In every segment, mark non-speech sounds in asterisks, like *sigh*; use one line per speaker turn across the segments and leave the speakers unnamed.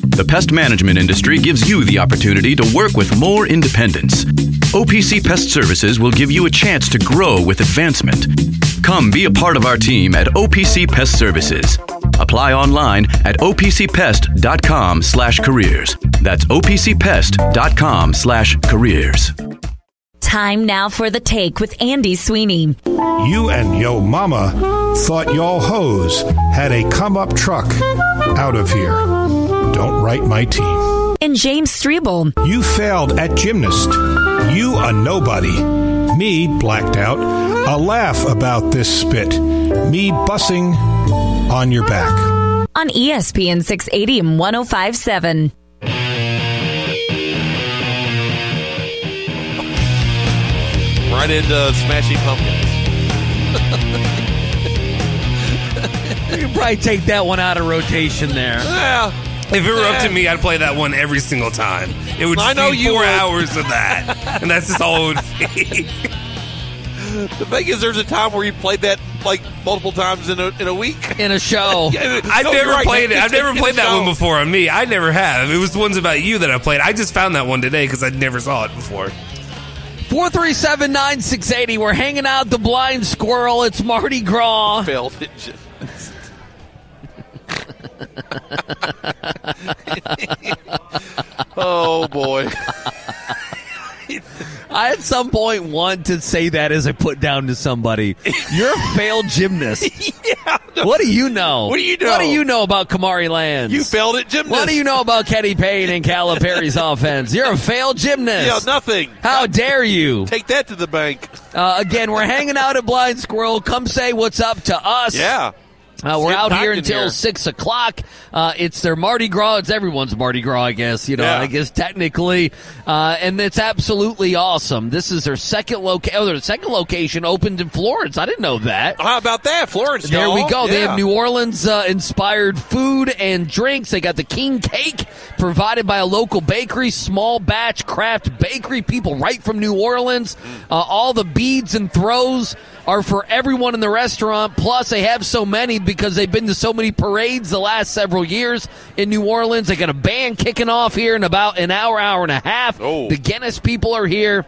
The pest management industry gives you the opportunity to work with more independence. OPC Pest Services will give you a chance to grow with advancement. Come be a part of our team at OPC Pest Services. Apply online at opcpest.com slash careers. That's opcpest.com slash careers.
Time now for the take with Andy Sweeney.
You and yo mama thought y'all hoes had a come up truck out of here. Don't write my team.
And James Strebel.
You failed at gymnast. You a nobody. Me blacked out. A laugh about this spit. Me bussing on your back.
on E ESPN 680 and 1057.
Right into Smashing Pumpkins.
You can probably take that one out of rotation there.
If it were up to me, I'd play that one every single time. It would
I
just
know
be
you
four
would.
hours of
*laughs*
that, and that's just all it would be.
The thing is, there's a time where you played that like multiple times in a, in a week. *laughs*
In a show.
I
I've never played it. I've never played that one before on me. I never have. It was the ones about you that I played. I just found that one today because I never saw it before.
437 9680. We're hanging out the blind squirrel. It's Mardi
*laughs*
Gras.
Failed. It just- *laughs* oh boy!
I at some point want to say that as I put down to somebody. You're a
*laughs*
failed gymnast. What do you know?
What do you
What
know?
do you know about Kamari Lands?
You failed at gymnast.
What do you know about Kenny Payne
*laughs*
and Calipari's offense? You're a failed gymnast.
Yeah, nothing.
How dare you?
Take that to the bank.
Uh, again, we're hanging out at Blind Squirrel. Come say what's up to us.
Yeah.
Uh, we're
Get
out
back
here
in
until
here.
six o'clock. Uh, it's their Mardi Gras. It's everyone's Mardi Gras, I guess. You know,
Yeah.
I guess technically, uh, and it's absolutely awesome. This is their second location. Oh, their second location opened in Florence. I didn't know that.
How about that, Florence?
There we
y'all.
go. They
Yeah.
have New Orleans uh, inspired food and drinks. They got the king cake provided by a local bakery, small batch craft bakery, people right from New Orleans.
Mm.
Uh, all the beads and throws are for everyone in the restaurant. Plus, they have so many because they've been to so many parades the last several years in New Orleans. They got a band kicking off here in about an hour, hour and a half.
Oh.
The Guinness people are here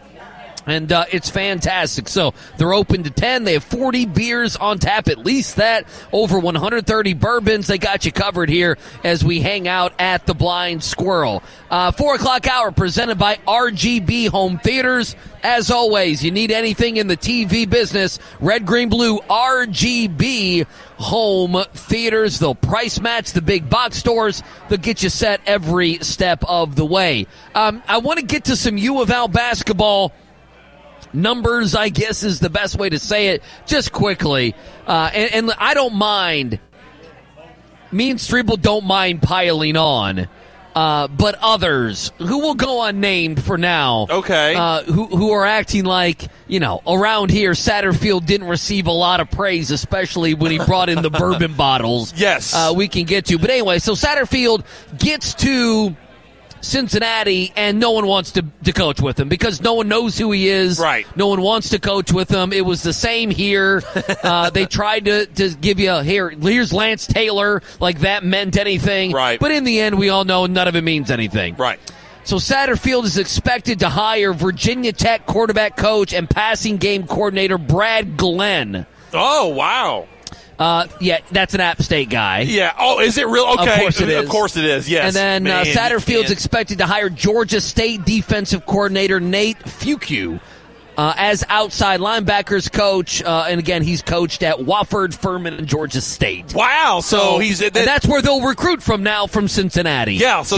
and uh, it's fantastic. So they're open to 10. They have 40 beers on tap, at least that, over 130 bourbons. They got you covered here as we hang out at the Blind Squirrel. Uh, 4 o'clock hour presented by RGB Home Theaters. As always, you need anything in the TV business, red, green, blue, RGB Home Theaters. They'll price match the big box stores. They'll get you set every step of the way. Um, I want to get to some U of L basketball numbers, I guess is the best way to say it, just quickly. Uh, and, and I don't mind. Me and Strebel don't mind piling on. Uh, but others who will go unnamed for now,
Okay.
uh, who who are acting like you know around here, Satterfield didn't receive a lot of praise, especially when he brought in
*laughs*
the bourbon bottles.
Yes.
uh, we can get to. But anyway, so Satterfield gets to Cincinnati, and no one wants to, to coach with him because no one knows who he is.
Right.
No one wants to coach with him. It was the
*laughs*
same here. Uh, they tried to, to give you a here. Here's Lance Taylor. Like that meant anything.
Right.
But in the end, we all know none of it means anything.
Right.
So Satterfield is expected to hire Virginia Tech quarterback coach and passing game coordinator Brad Glenn.
Oh wow.
Uh, yeah, that's an App State guy.
Yeah. Oh, is it real? Okay.
Of course it is.
Of course it is. Yes.
And then uh,
Man, you
Satterfield's
can't-
expected to hire Georgia State defensive coordinator Nate Fuqua uh, as outside linebackers coach. Uh, and again, he's coached at Wofford, Furman, and Georgia State.
Wow. So, he's
and
that,
that's where they'll recruit from now from Cincinnati.
yeah. So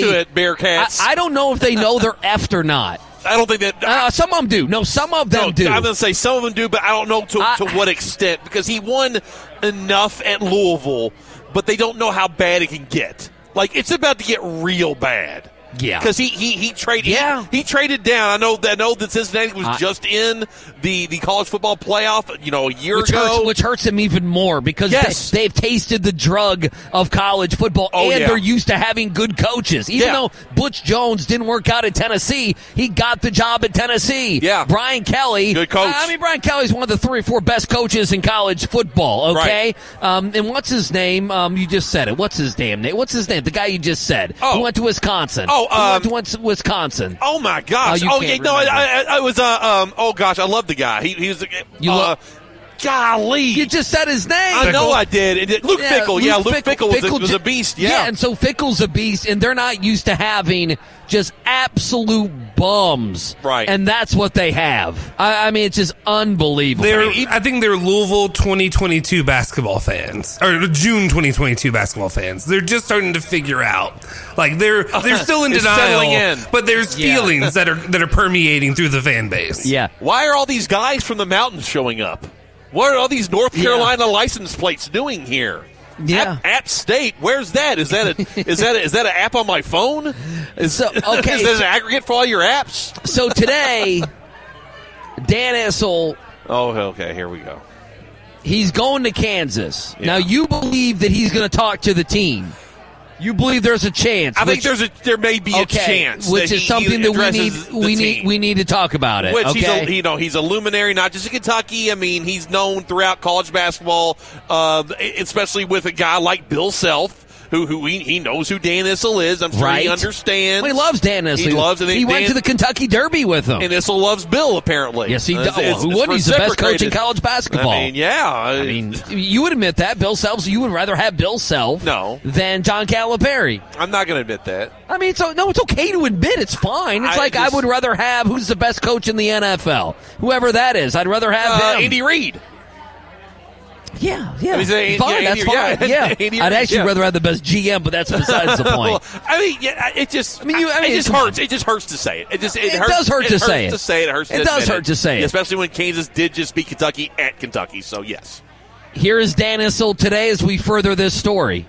get used to it, Bearcats.
I, I don't know if they know
*laughs*
they're effed or not.
I don't think that.
Uh, some of them do. No, some of them
no,
do.
I'm gonna say some of them do, but I don't know to,
I-
to what extent because he won enough at Louisville, but they don't know how bad it can get. Like it's about to get real bad.
Yeah.
because he he he traded.
Yeah.
he, he traded down. I know that I know that Cincinnati was
I-
just in the the college football playoff. You know, a year
which
ago.
hurts, which hurts them even more because
Yes.
they, have tasted the drug of college football
Oh,
and
yeah.
they're used to having good coaches. Even
Yeah.
though Butch Jones didn't work out at Tennessee, he got the job at Tennessee.
Yeah.
Brian Kelly.
Good coach.
I mean, Brian Kelly's one of the three or four best coaches in college football, okay? Um, and what's his name? Um, you just said it. What's his damn name? What's his name? The guy you just said.
Oh.
He went to Wisconsin.
Oh,
He went
um,
to Wis- Wisconsin.
Oh my gosh!
Oh, you
Oh, yeah,
can't
no, I, I,
remember.
I was. Uh, um, oh gosh, I love the guy. He, he was. Uh,
You
uh,
lo-
golly,
You just said his name.
I know I did. And it- Luke Fickle, yeah, Luke Fickle, was, a, was
ju-
a beast. Yeah,
and so Fickle's a beast, and they're not used to having just absolute bums.
Right.
And that's what they have. I, I mean, it's just unbelievable.
They're, I think they're Louisville 2022 basketball fans or June 2022 basketball fans. They're just starting to figure out, like they're
*laughs*
they're still in
It's
denial,
settling in.
but there's
Yeah.
feelings that are that are permeating through the fan base.
yeah.
why are all these guys from the mountains showing up? What are all these North
Yeah.
Carolina license plates doing here?
Yeah.
App, App State. Where's that? Is that a is that a, is that an app on my
*laughs*
phone? Is,
So, okay,
is *laughs* that
so-
an aggregate for all your apps?
So today, Dan Issel
Oh, okay. Here we go.
He's going to Kansas.
Yeah.
Now you believe that he's going to talk to the team. You believe there's a chance.
I think
which-
there's a there may be a chance,
which
that
is
he-
something
he
that we need
addresses the
we need
team.
we need to talk about it.
Which
okay?
he's a, you know he's a luminary, not just in Kentucky. I mean, he's known throughout college basketball, uh, especially with a guy like Bill Self. Who, who he, he knows who Dan Issel is. I'm sure
Right.
he understands.
Well, he loves Dan Issel.
He loves and
He
then
went
Dan-
to the Kentucky Derby with him.
And Issel loves Bill apparently.
yes, he
Uh,
does.
it's- it's-
Who
it's
wouldn't? He's the best coach in
reciprocated.
college basketball.
I mean, yeah. uh,
I mean, you would admit that Bill Self. You would rather have Bill Self
No.
than John Calipari.
I'm not going to admit that.
I mean, so no, it's okay to admit it's fine. It's
I
like
just-
I would rather have who's the best coach in the NFL, whoever that is. I'd rather have
Uh,
him.
Andy Reid.
Yeah, yeah.
I mean, say,
fine,
yeah,
that's
Andy- yeah,
fine. Yeah.
*laughs* Andy
I'd
Reid,
actually
yeah.
rather have the best GM, but that's besides
*laughs*
the
Well,
point.
I mean, yeah, I- it just. I
mean, you- I mean,
it just
come on.
hurts. It just hurts to say it. It just. It,
It
hurts,
does hurt to
hurts
say it.
To say it, it hurts.
It
to
does
admit
hurt to say it.
especially when Kansas did just beat Kentucky at Kentucky. So yes.
Here is Dan Issel today as we further this story.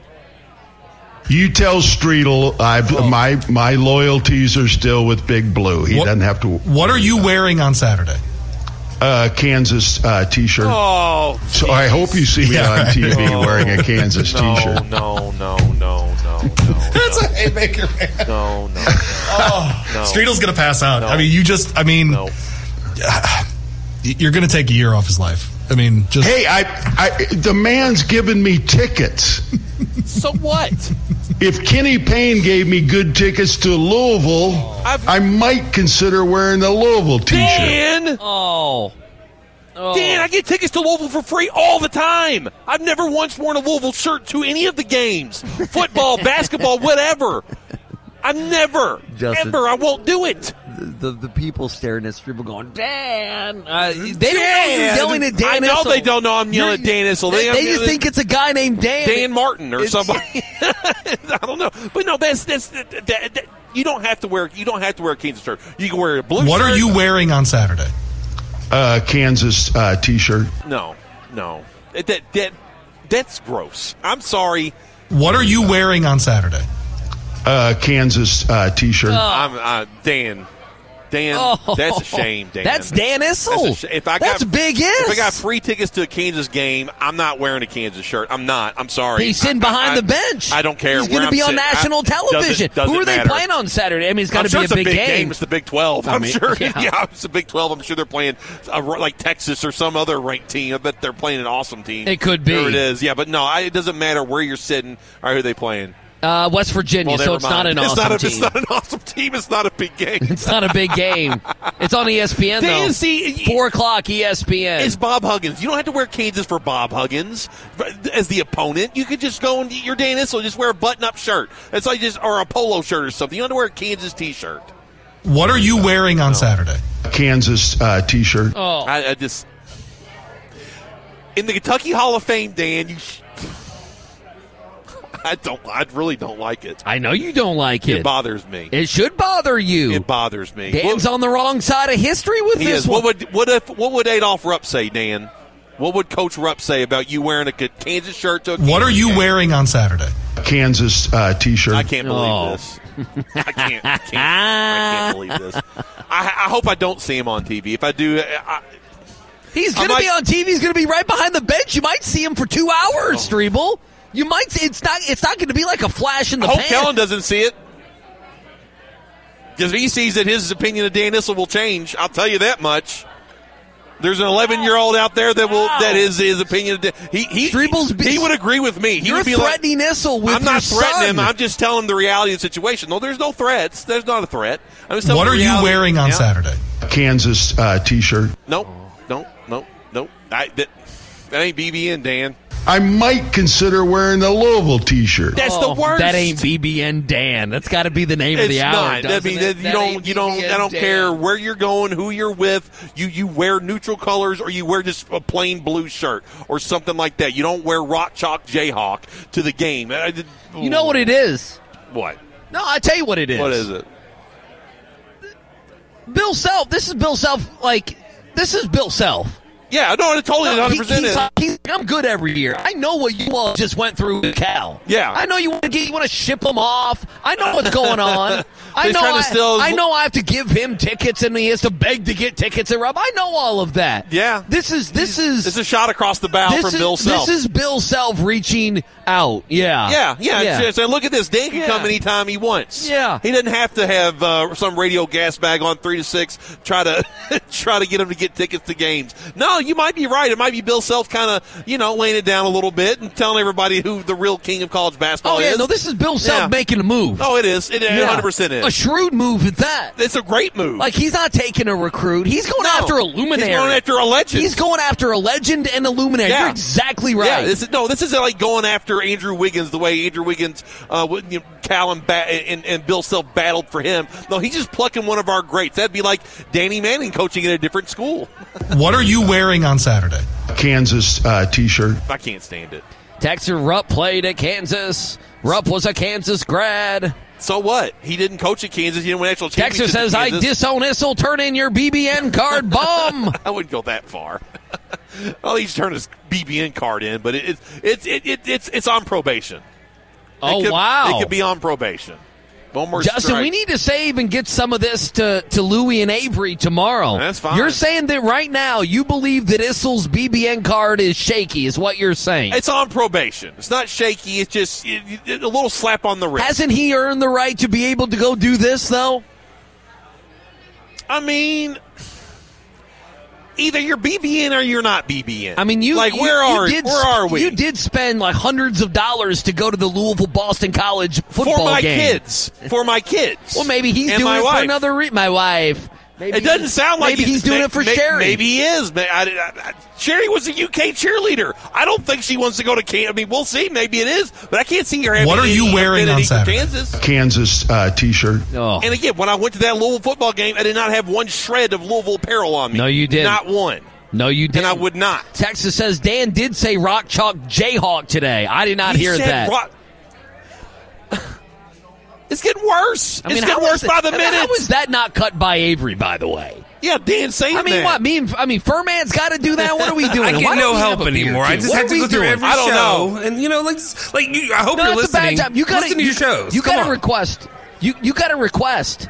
You tell Streetel, I've, my my loyalties are still with Big Blue. He doesn't have to.
Oh. What are you wearing on Saturday?
Uh, Kansas uh, t-shirt.
Oh.
so I hope you see me
Yeah,
on
right. *laughs*
TV wearing a Kansas
No,
t-shirt.
no, no, no, no,
*laughs*
no,
a haymaker, man.
no, no, no.
*laughs* Oh,
No.
Streetel's gonna pass out.
No.
I mean, you just. I mean,
no.
y- *sighs* you're gonna take a year off his life. I mean, just
Hey, I, I the man's given me tickets.
So what?
If Kenny Payne gave me good tickets to Louisville,
I've-
I might consider wearing the Louisville t-shirt.
Dan,
Oh. Oh.
Dan, I get tickets to Louisville for free all the time. I've never once worn a Louisville shirt to any of the games,
*laughs*
football, basketball, whatever. I've never,
Justin.
ever. I won't do it.
the, the people staring at Stribble going,
Dan. Uh, they don't know you're
Dan.
yelling at Dan
I know
Issel.
they don't know I'm yelling
You're-
at Dan Issel.
They,
They-
they just think it's a guy named Dan.
Dan Martin or somebody. *laughs* I don't know, but no, that's that's that, that, that- you don't have to wear you don't have to wear a Kansas shirt. You can wear a blue.
what
shirt.
are you wearing on Saturday?
Uh, Kansas uh, t-shirt.
No, no, that that that's gross. I'm sorry.
What are you wearing on Saturday?
Uh, Kansas uh, t-shirt.
Oh.
I'm uh, Dan. Dan,
*laughs* Oh.
that's a shame, Dan.
That's Dan Issel.
That's a sh- if I got,
That's big
If I
is.
got free tickets to a Kansas game, I'm not wearing a Kansas shirt. I'm not. I'm sorry.
He's sitting
I- I-
behind
I-
the bench.
I don't care.
He's
going to
be on national television. Who are they
matter.
playing on Saturday? I mean, it's got
I'm
to
sure
be
it's
a big, game.
It's the Big 12. I'm
mean,
sure.
yeah.
*laughs* Yeah. it's the Big 12. I'm sure they're playing uh, like Texas or some other ranked team. I bet they're playing an awesome team.
It could be.
There it is. Yeah, but no, I, it doesn't matter where you're sitting or who they playing.
Uh, West
Well,
Virginia, so
never
it's not
mind.
an
it's
awesome
not a,
team.
It's not an awesome team. It's not a big game.
It's not a big game. It's on E
*laughs*
ESPN
Dan,
though.
see,
Four o'clock E ESPN.
*laughs* It's Bob Huggins. You don't have to wear Kansas for Bob Huggins as the opponent. You could just go and your Dan Issel just wear a button-up shirt. It's like just or a polo shirt or something. You don't have to wear a Kansas T-shirt.
What are you wearing on Saturday?
Kansas uh, t-shirt.
oh,
I, I just in the Kentucky Hall of Fame, Dan. You, sh- *laughs* I don't. I really don't like it.
I know you don't like
It
it.
bothers me.
It should bother you.
It bothers me.
Dan's
What-
on the wrong side of history with
he
this
is.
one.
What would what if what would Adolph Rupp say, Dan? What would Coach Rupp say about you wearing a Kansas shirt to a
What are you wearing on Saturday?
Kansas uh, t-shirt.
I can't believe
Oh.
this. I can't. I can't, I can't believe
*laughs*
this. I, I hope I don't see him on TV. If I do, I,
He's
I
going to be
might-
on TV. He's going to be right behind the bench. You might see him for two
Oh.
hours, Strebel. You might. see- It's not. It's not going to be like a flash in the
I hope
pan.
Kellen doesn't see it. Because if he sees it, his opinion of Dan Issel will change. I'll tell you that much. There's an 11 year old out there that will that is his opinion. Of Dan. He he
Strebel's be-
he would agree with me. He
You're
would be like,
threatening Issel with
I'm not
your
threatening him.
son.
I'm just telling him the reality of the situation. No, there's no threats. There's not a threat. I'm just telling
What
him
are
the
you
reality.
wearing on
Yeah.
Saturday?
Kansas uh, T-shirt.
Nope. Nope. Nope. Nope. I, that, that ain't BBN, Dan.
I might consider wearing the Louisville T-shirt.
That's
Oh,
the worst.
That ain't BBN Dan. That's got to be the name of the
It's
hour.
not. I
doesn't
mean,
it?
you
That
don't.
ain't
You don't. I
BBN
don't
Dan.
care where you're going, who you're with. You you wear neutral colors, or you wear just a plain blue shirt, or something like that. You don't wear rock chalk Jayhawk to the game. I did-
You know what it is?
What?
No, I tell you what it is.
What is it?
Bill Self. This is Bill Self. Like this is Bill Self.
Yeah, no, I totally
No,
100.
he-
percent
he's like- he's like, I'm good every year. I know what you all just went through with Cal.
Yeah.
I know you want to get, you want to ship him off. I know what's going on.
*laughs*
I
He's
know.
trying to
I,
steal his-
I know. I have to give him tickets, and he has to beg to get tickets. And Rob, I know all of that.
Yeah.
This is this is
It's a shot across the bow
this
from Bill
is,
Self.
This is Bill Self reaching out. Yeah.
yeah, yeah.
Ah. Yeah.
it's- it's- look at this. Dan can
Yeah.
come anytime he wants.
Yeah.
he doesn't have to have uh, some radio gas bag on three to six. Try to *laughs* try to get him to get tickets to games. No, you might be right. It might be Bill Self kind of you know laying it down a little bit and telling everybody who the real king of college basketball
Oh yeah.
is.
No, this is Bill Self
Yeah.
making a move.
Oh, it is. It
Yeah.
100 percent
A
is.
shrewd move at that.
It's a great move.
Like he's not taking a recruit. He's going
No.
after a luminary.
He's going after a legend.
He's going after a legend and a luminary.
Yeah.
You're exactly right.
Yeah, this is, no, this isn't like going after Andrew Wiggins the way Andrew Wiggins, uh, would- you know, Cal and, ba- and, and Bill Self battled for him. No, he's just plucking one of our greats. That'd be like Danny Manning coaching at a different school.
What are you wearing on Saturday?
Kansas uh, T-shirt.
I can't stand it.
Dexter Rupp played at Kansas. Rupp was a Kansas grad.
So what? He didn't coach at Kansas. He didn't win actual
Dexter
championships.
says,
at
I
Kansas."
disown Issel. Turn in your
*laughs*
BBN card, bum.
I wouldn't go that far. *laughs* well, he's turned his BBN card in, but it, it's it, it, it's it's on probation. It
oh,
could-
wow.
It could be on probation. One more
Justin,
strike.
we need to save and get some of this to, to Louie and Avery tomorrow.
That's fine.
You're saying that right now you believe that Issel's BBN card is shaky, is what you're saying.
It's on probation. It's not shaky. It's just it, it- a little slap on the wrist.
Hasn't he earned the right to be able to go do this, though?
I mean, either you're BBN or you're not BBN.
I mean, you
like
you-
where
you
are
did,
where are we
You did spend like hundreds of dollars to go to the Louisville Boston College
for
football
my
game.
kids? For my kids.
Well, maybe he's
And
doing
my
it
wife.
for another reason. My wife. Maybe
It doesn't sound like
maybe
it.
he's doing
May-
it for
may-
Sherry.
Maybe he is. May- I- I- I- Sherry was a UK cheerleader. I don't think she wants to go to Kansas. I mean, we'll see. Maybe it is, but I can't see her having.
What are you
any
wearing on
affinity for
Saturday?
Kansas.
Kansas uh, T-shirt.
Oh.
And again, when I went to that Louisville football game, I did not have one shred of Louisville apparel on me.
No, you didn't.
Not one.
no, you didn't.
And I would not.
Texas says Dan did say Rock Chalk Jayhawk today. I did not
He
hear
said
that.
rock- *laughs* it's getting worse.
I mean,
it's
how
getting
is
worse
it-
by the
I mean,
minute.
How was that not cut by Avery? By the way,
yeah, Dan saying
I mean,
that.
what? Me and I mean, Furman's got to do that. What
*laughs*
are we doing?
I
Why
get
don't
no
we have
help
a beer,
anymore. I
too?
just
What
have
are
to
we
go through
doing?
every
I don't
show,
know.
and you know, like, just- like you, I hope
No,
you're
that's a bad
listening.
job. You got
listen to your shows.
You
Come
got to
on.
request. You you got to request.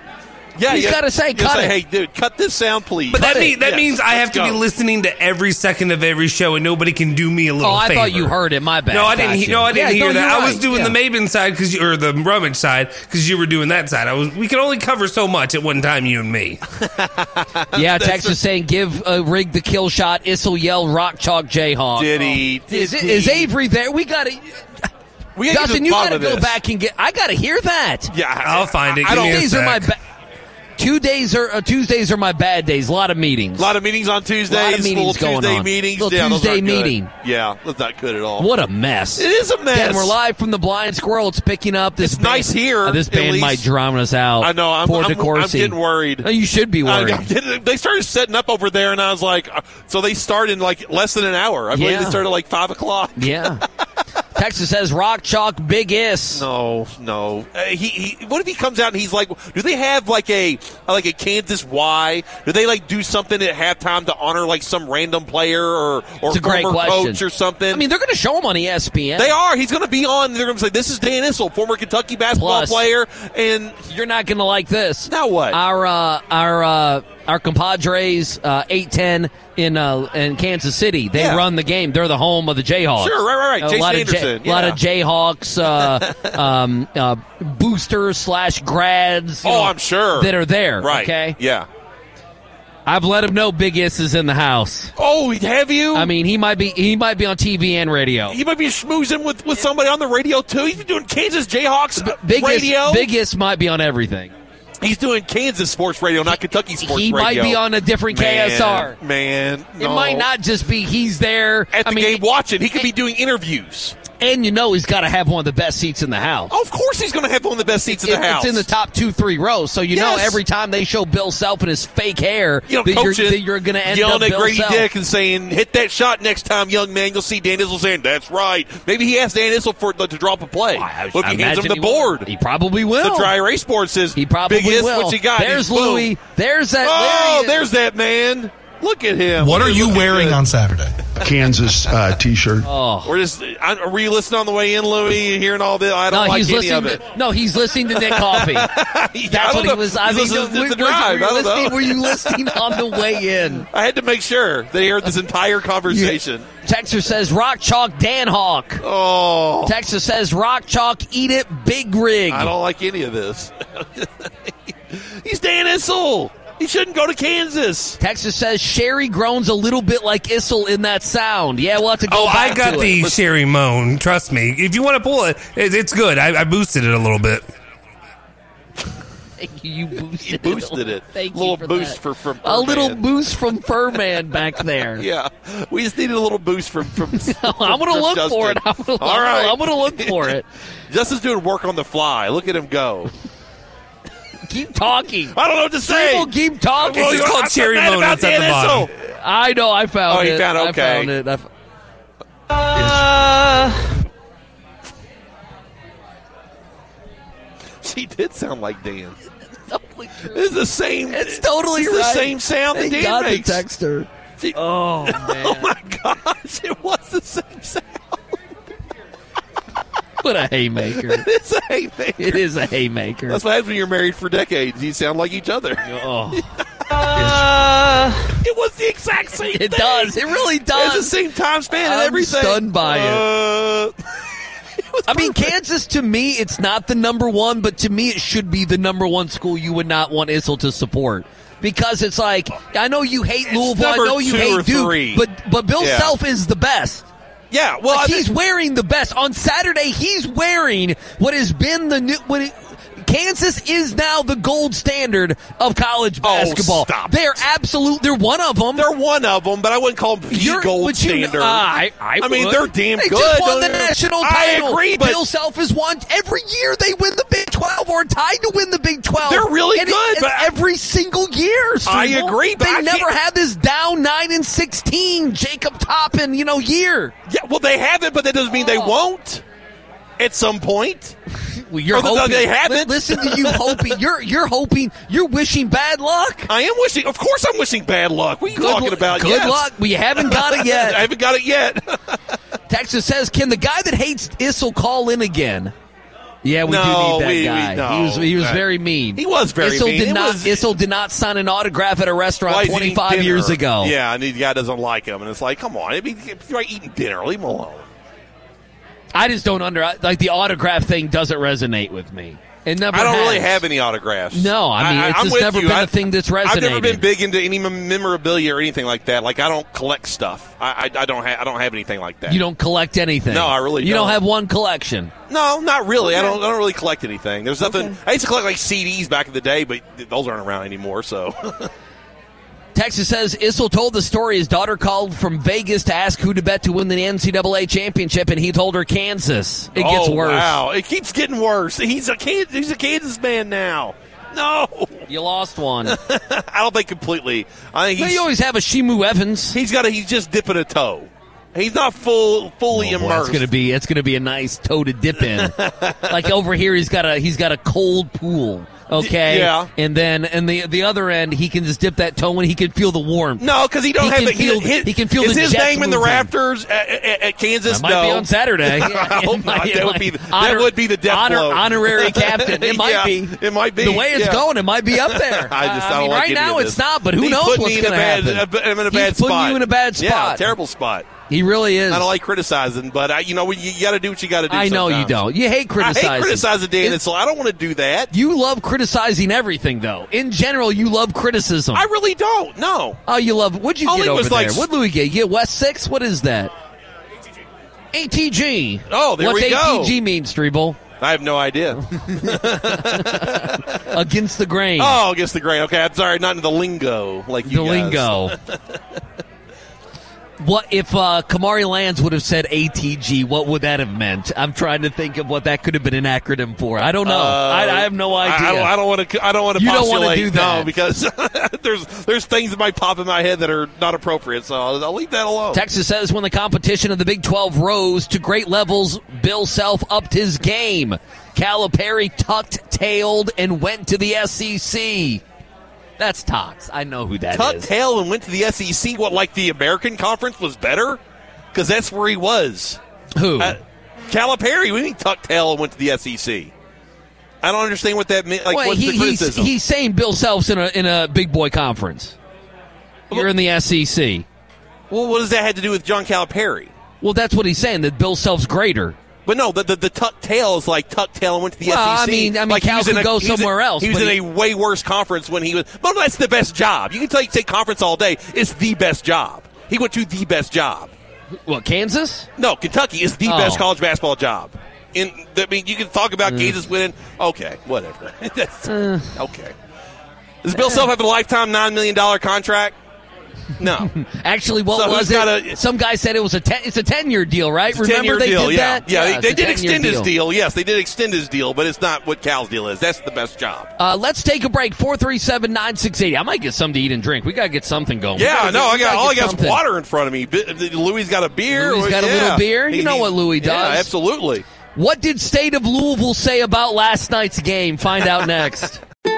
yeah,
he's
yeah.
gotta say,
You'll
cut it.
Hey, dude, cut this sound, please.
But that,
Cut it.
mean, that
Yes,
means I
let's
have to
go.
be listening to every second of every show, and nobody can do me a little.
Oh, I
favor.
thought you heard it. My bad.
No, I didn't.
Gotcha.
He- no, I didn't
Yeah,
hear
no,
that.
you're
I was
right.
doing
Yeah.
the Maven side because you or the rummage side because you were doing that side. I was. We could only cover so much at one time, you and me.
Yeah, Texas saying give uh, Rig the kill shot. Issel yell rock chalk Jayhawk.
Did he? Did
Is, it, is
he?
Avery there? We got to.
We gotta get to
Justin,
the
you got
bottom
to
of
go
this.
back and get. I got to hear that.
Yeah, I-
I'll find it.
I,
Give
don't.
me
A
Tuesdays
a
are my.
sec.
Ba- two days are uh, Tuesdays are my bad days. A lot of meetings.
lot of meetings on Tuesdays.
Lot of meetings
little
going
Tuesday
on.
meetings.
Little
yeah, those
Tuesday
aren't good.
meeting.
Yeah, that's not good at all.
what a mess.
It is a mess.
And we're live from the blind squirrel. It's picking up. This
It's nice
band-
here,
Uh, this
at
band
least.
might drown us out.
I know. I'm,
Poor
I'm, I'm
DeCourcy.
getting worried.
Uh, you should be
I-
worried.
I didn't- they started setting up over there, and I was like, uh, so they started in like less than an hour. I believe
Yeah.
they started at like five o'clock.
*laughs* Yeah. Texas has Rock Chalk Big Iss.
No, no. Uh, he, he, what if he comes out and he's like, do they have like a like a Kansas Y? Do they like do something at halftime to honor like some random player or or
It's a great
former
question.
coach or something?
I mean, they're going to show him on E ESPN.
they are. He's going to be on. They're going to say, "This is Dan Issel, former Kentucky basketball
Plus.
player." And
You're not going to like this.
now what?
Our uh, our uh, our compadres, uh, eight ten in uh, in Kansas City. They
Yeah.
run the game. They're the home of the Jayhawks.
Sure, right, right, right.
A
Jason
lot of
Anderson,
Jay, lot of
yeah. *laughs*
Jayhawks uh, um, uh, boosters slash grads. you
oh,
know,
I'm sure
that are there.
Right?
Okay.
Yeah.
I've let him know Big Iss is in the house.
Oh, have you?
I mean, he might be he might be on TV and radio.
he might be schmoozing with, with somebody on the radio too. He's been doing Kansas Jayhawks uh,
Big Iss-
radio.
Big Iss might be on everything.
He's doing Kansas sports radio, not Kentucky sports
he
radio.
might be on a different
Man,
KSR.
Man,
It
no.
might not just be he's there
At the
I mean,
game watching, he could be doing interviews.
and you know he's got to have one of the best seats in the house.
Oh, of course, he's going to have one of the best seats
It-
in the house.
It's in the top two, three rows. So you know
Yes.
every time they show Bill Self and his fake hair,
You know,
that, you're,
coaching,
that you're going to end
yelling
up
at
Bill
Grady
Self.
Dick and saying, "Hit that shot next time, young man." You'll see Dan Issel saying, "That's right." Maybe he asked Dan Issel for to drop a play.
I- I
Look, he hands
imagine
him the
he will.
board.
He probably will.
The dry erase board says,
he probably
Big Iss,
will.
What you got?
There's
He's, boom.
Louie. There's that.
Oh,
Larry.
there's that man. Look at him.
What are
He's
you
looking
wearing
good.
on Saturday?
Kansas uh, T-shirt.
We're just. I- Are we listening on the way in, Louie? You Hearing all this? I
No,
don't like
he's
any
listening.
of it.
To, no, he's listening to Nick
*laughs*
Coffee.
Yeah, *laughs* I
That's
don't
what
know.
he was. I
He's
mean,
listening to the
were- were-
drive.
were
I don't
you
know.
listening- were you listening on the way in?
I had to make sure they heard this entire conversation.
Texter says Rock Chalk Dan Hawk.
Oh,
Texas says Rock Chalk Eat It Big Rig.
I don't like any of this. *laughs* He's Dan Issel. He shouldn't go to Kansas.
Texas says Sherry groans a little bit like Issel in that sound. Yeah, we'll have to go
Oh,
back
I got
to
the
it.
Sherry Moan. Trust me. If you want to pull it, it it's good. I, I boosted it a little bit.
Thank *laughs* you. You boosted,
You boosted it.
Thank you
Little
for
boost
that.
for- from
a
Furman.
little boost from Furman back there.
Yeah, we just needed a little boost from from.
*laughs* I'm gonna look for it. I'm gonna,
All right.
I'm gonna look
*laughs*
for it.
Justin's doing work on the fly. Look at him go.
Keep talking.
I don't know what to say.
People keep talking.
Well, It's you're- called
I'm so
cherry
mad
moan.
about
It's at
Dan
the bottom.
Issel.
I know. I found
Oh,
it.
you found-
I
okay.
found it. I f-
She did sound like Dan.
*laughs* totally true.
It's the same.
It's totally
it's
right.
the same sound
Thank
that Dan
God the
makes.
texter.
She-
Oh
Oh
man,
my *laughs* gosh! It was the same sound.
*laughs* what a haymaker!
It's
*laughs*
a haymaker.
It is a
*laughs*
haymaker.
That's what happens when you're married for decades. You sound like each other.
oh.
*laughs* It was the exact same thing.
It does. It really
It's the
does.
same time span and
I'm
everything.
stunned by it.
uh,
I mean, Kansas to me, it's not the number one, but to me, it should be the number one school you would not want Issel to support. Because it's like I know you hate Louisville, I
number
know you
two or
hate Duke,
three.
but but Bill
Yeah.
Self is the best.
Yeah, well, I
Like,
think-
he's wearing the best on Saturday. He's wearing what has been the new what. It, Kansas is now the gold standard of college
Oh,
basketball.
stop
they're absolute. They're one of them.
they're one of them, but I wouldn't call them the
You're-
gold
but you kn-
standard.
uh, I, I,
I mean,
would.
they're damn
they
good.
Just won the
Uh,
national
I
title.
agree, but-
Bill Self has won every year. They win the Big Twelve or tied to win the Big Twelve.
They're really
And it-
good,
and
but I-
every single year.
I
Struble.
agree, but
they
I
never
can't-
had this down nine and sixteen Jacob Toppin, you know, year.
yeah, well, they have it, but that doesn't mean they
Oh.
won't at some point.
Well, you're
Oh, no,
hoping
they haven't?
Li- Listen to *laughs* you hoping. You're you're hoping. You're wishing bad luck.
I am wishing, of course, I'm wishing bad luck. What are you
Good
talking
lu-
about?
Good
Yes.
luck. We haven't got it *laughs*
I
yet.
haven't got it yet. *laughs*
Texas says, "Can the guy that hates Issel call in again?" Yeah, we
No,
do need that
we- we-
guy.
no.
he was he was
That-
very mean.
He was very
Issel
mean.
Did
It
not,
was-
Issel did not sign an autograph at a
Why
restaurant
is he eating
25 years
dinner?
ago.
Yeah, and the guy doesn't like him, and it's like, come on, I mean, you're eating dinner. Leave him alone.
I just don't under like the autograph thing doesn't resonate with me. It never.
I don't
has.
really have any autographs.
No, I mean, it's
I'm
just
with
never
you.
been a
I-
thing that's
I've never been
resonated.
big into any mem- memorabilia or anything like that. Like I don't collect stuff. I I, I don't have I don't have anything like that.
You don't collect anything.
No, I really
You don't
don't.
have one collection.
No, not really. I don't I don't really collect anything. There's nothing. I used to collect like CDs back in the day, but th- those aren't around anymore. So
Texas says Issel told the story his daughter called from Vegas to ask who to bet to win the NCAA championship, and he told her Kansas. It
*laughs*
gets
Oh,
worse.
Wow, it keeps getting worse. He's a Kansas, he's a Kansas man now. No, *laughs*
You lost one.
I don't think completely. I think
Well,
he's,
you always have a Shimu Evans.
he's got a, he's just dipping a toe. He's not full fully
Boy, that's
immersed.
gonna be that's gonna be a nice toe to
*laughs*
dip in. like over here, he's got a he's got a cold pool. Okay.
yeah.
And then and the the other end, he can just dip that toe in. He can feel the warmth.
no, because he don't
He
have
can
the he-
feel-
his,
he can feel
Is
the
his
Jets
name in the
moving.
Raptors at, at- at Kansas?
That might be
No.
on Saturday.
I hope
*laughs* It might-
not.
it
That would
might-
be that
honor-
would be the death
honor-
blow. *laughs*
honorary captain. It might
Yeah,
be.
It might be
The way it's
Yeah.
going, it might be up there.
*laughs* *laughs* I just
I
don't
mean,
like
right
any
now
of
it's
this.
not, but who
He's
knows
putting
what's
me in a
gonna
bad-
happen.
I'm in a
He's
bad
putting
spot.
you in a bad
Yeah,
spot.
terrible spot.
He really is.
I don't like criticizing, but I, you know, you, you got to do what you got to do.
I know you
sometimes.
don't. You hate criticizing.
I hate criticizing Dan Itsel. I don't want to do that.
You love criticizing everything, though. In general, you love criticism.
I really don't. No.
oh, you love. What'd you
Only
get over
was like-
there? What'd Louis get? You get West Six. What is that? ATG.
Oh, there
What's
we go.
ATG mean,
*laughs*
Strebel?
I have no
*laughs*
idea.
Against the grain.
oh, against the grain. Okay, I'm sorry, not in the lingo like you
the
guys. *laughs*
lingo. what if uh, Kamari Lands would have said ATG? What would that have meant? I'm trying to think of what that could have been an acronym for. I don't know.
Uh,
I, I have no idea.
I, I, don't want to. I don't want to.
You don't wanna
postulate,
do that.
no, because *laughs* there's there's things that might pop in my head that are not appropriate. So I'll, I'll leave that alone.
Texas says when the competition of the Big 12 rose to great levels, Bill Self upped his game. Calipari tucked, tailed, and went to the SEC. That's Tots. I know who that is.
Cut tail and went to the SEC. What like the American Conference was better because that's where he was.
Who?
Uh, Calipari, we mean tuck tail and went to the SEC. I don't understand what that means. Like,
Wait,
what's
he-
the
he's,
criticism?
he's saying Bill Self's in a, in a big boy conference. You're in the E SEC.
well, what does that have to do with John Calipari?
Well, that's what he's saying, that Bill Self's greater.
But no, the the, the tuck tail is like tuck tail and went to the
Well, I
SEC.
mean- I mean,
like he
Cal
was in
could
a-
go
he was in-
somewhere else,
He was
but
in
he-
a way worse conference when he was. But that's the best job. You can tell you take conference all day. It's the best job. He went to the best job.
What, Kansas?
No, Kentucky is the
Oh. Mm.
best college basketball job. In I mean, you can talk about Kansas winning. Okay, whatever. *laughs* That's-
Uh.
okay. Does Bill Self have a lifetime nine million dollar contract?
*laughs*
No.
Actually, what
So
was
he's got
it?
a-
Some guy said it was a ten, it's a ten year deal, right?
It's a
Remember
10-year
they
deal,
did
yeah.
that?
Yeah,
it's
they,
a
they did
10-year
extend his deal. Yes, they did extend his deal, but it's not what Cal's deal is. That's the best job.
Uh, let's take a break. Four three seven nine six eighty. I might get something to eat and drink. We gotta get something going. We
Yeah,
gotta
no,
get-
I
we
got
gotta
all I
get
got is
something.
water in front of me. B- Louis got a beer.
Louis got a little
yeah.
beer. You know what Louis does.
Yeah, absolutely.
What did State of Louisville say about last night's game?
*laughs*
Find out next.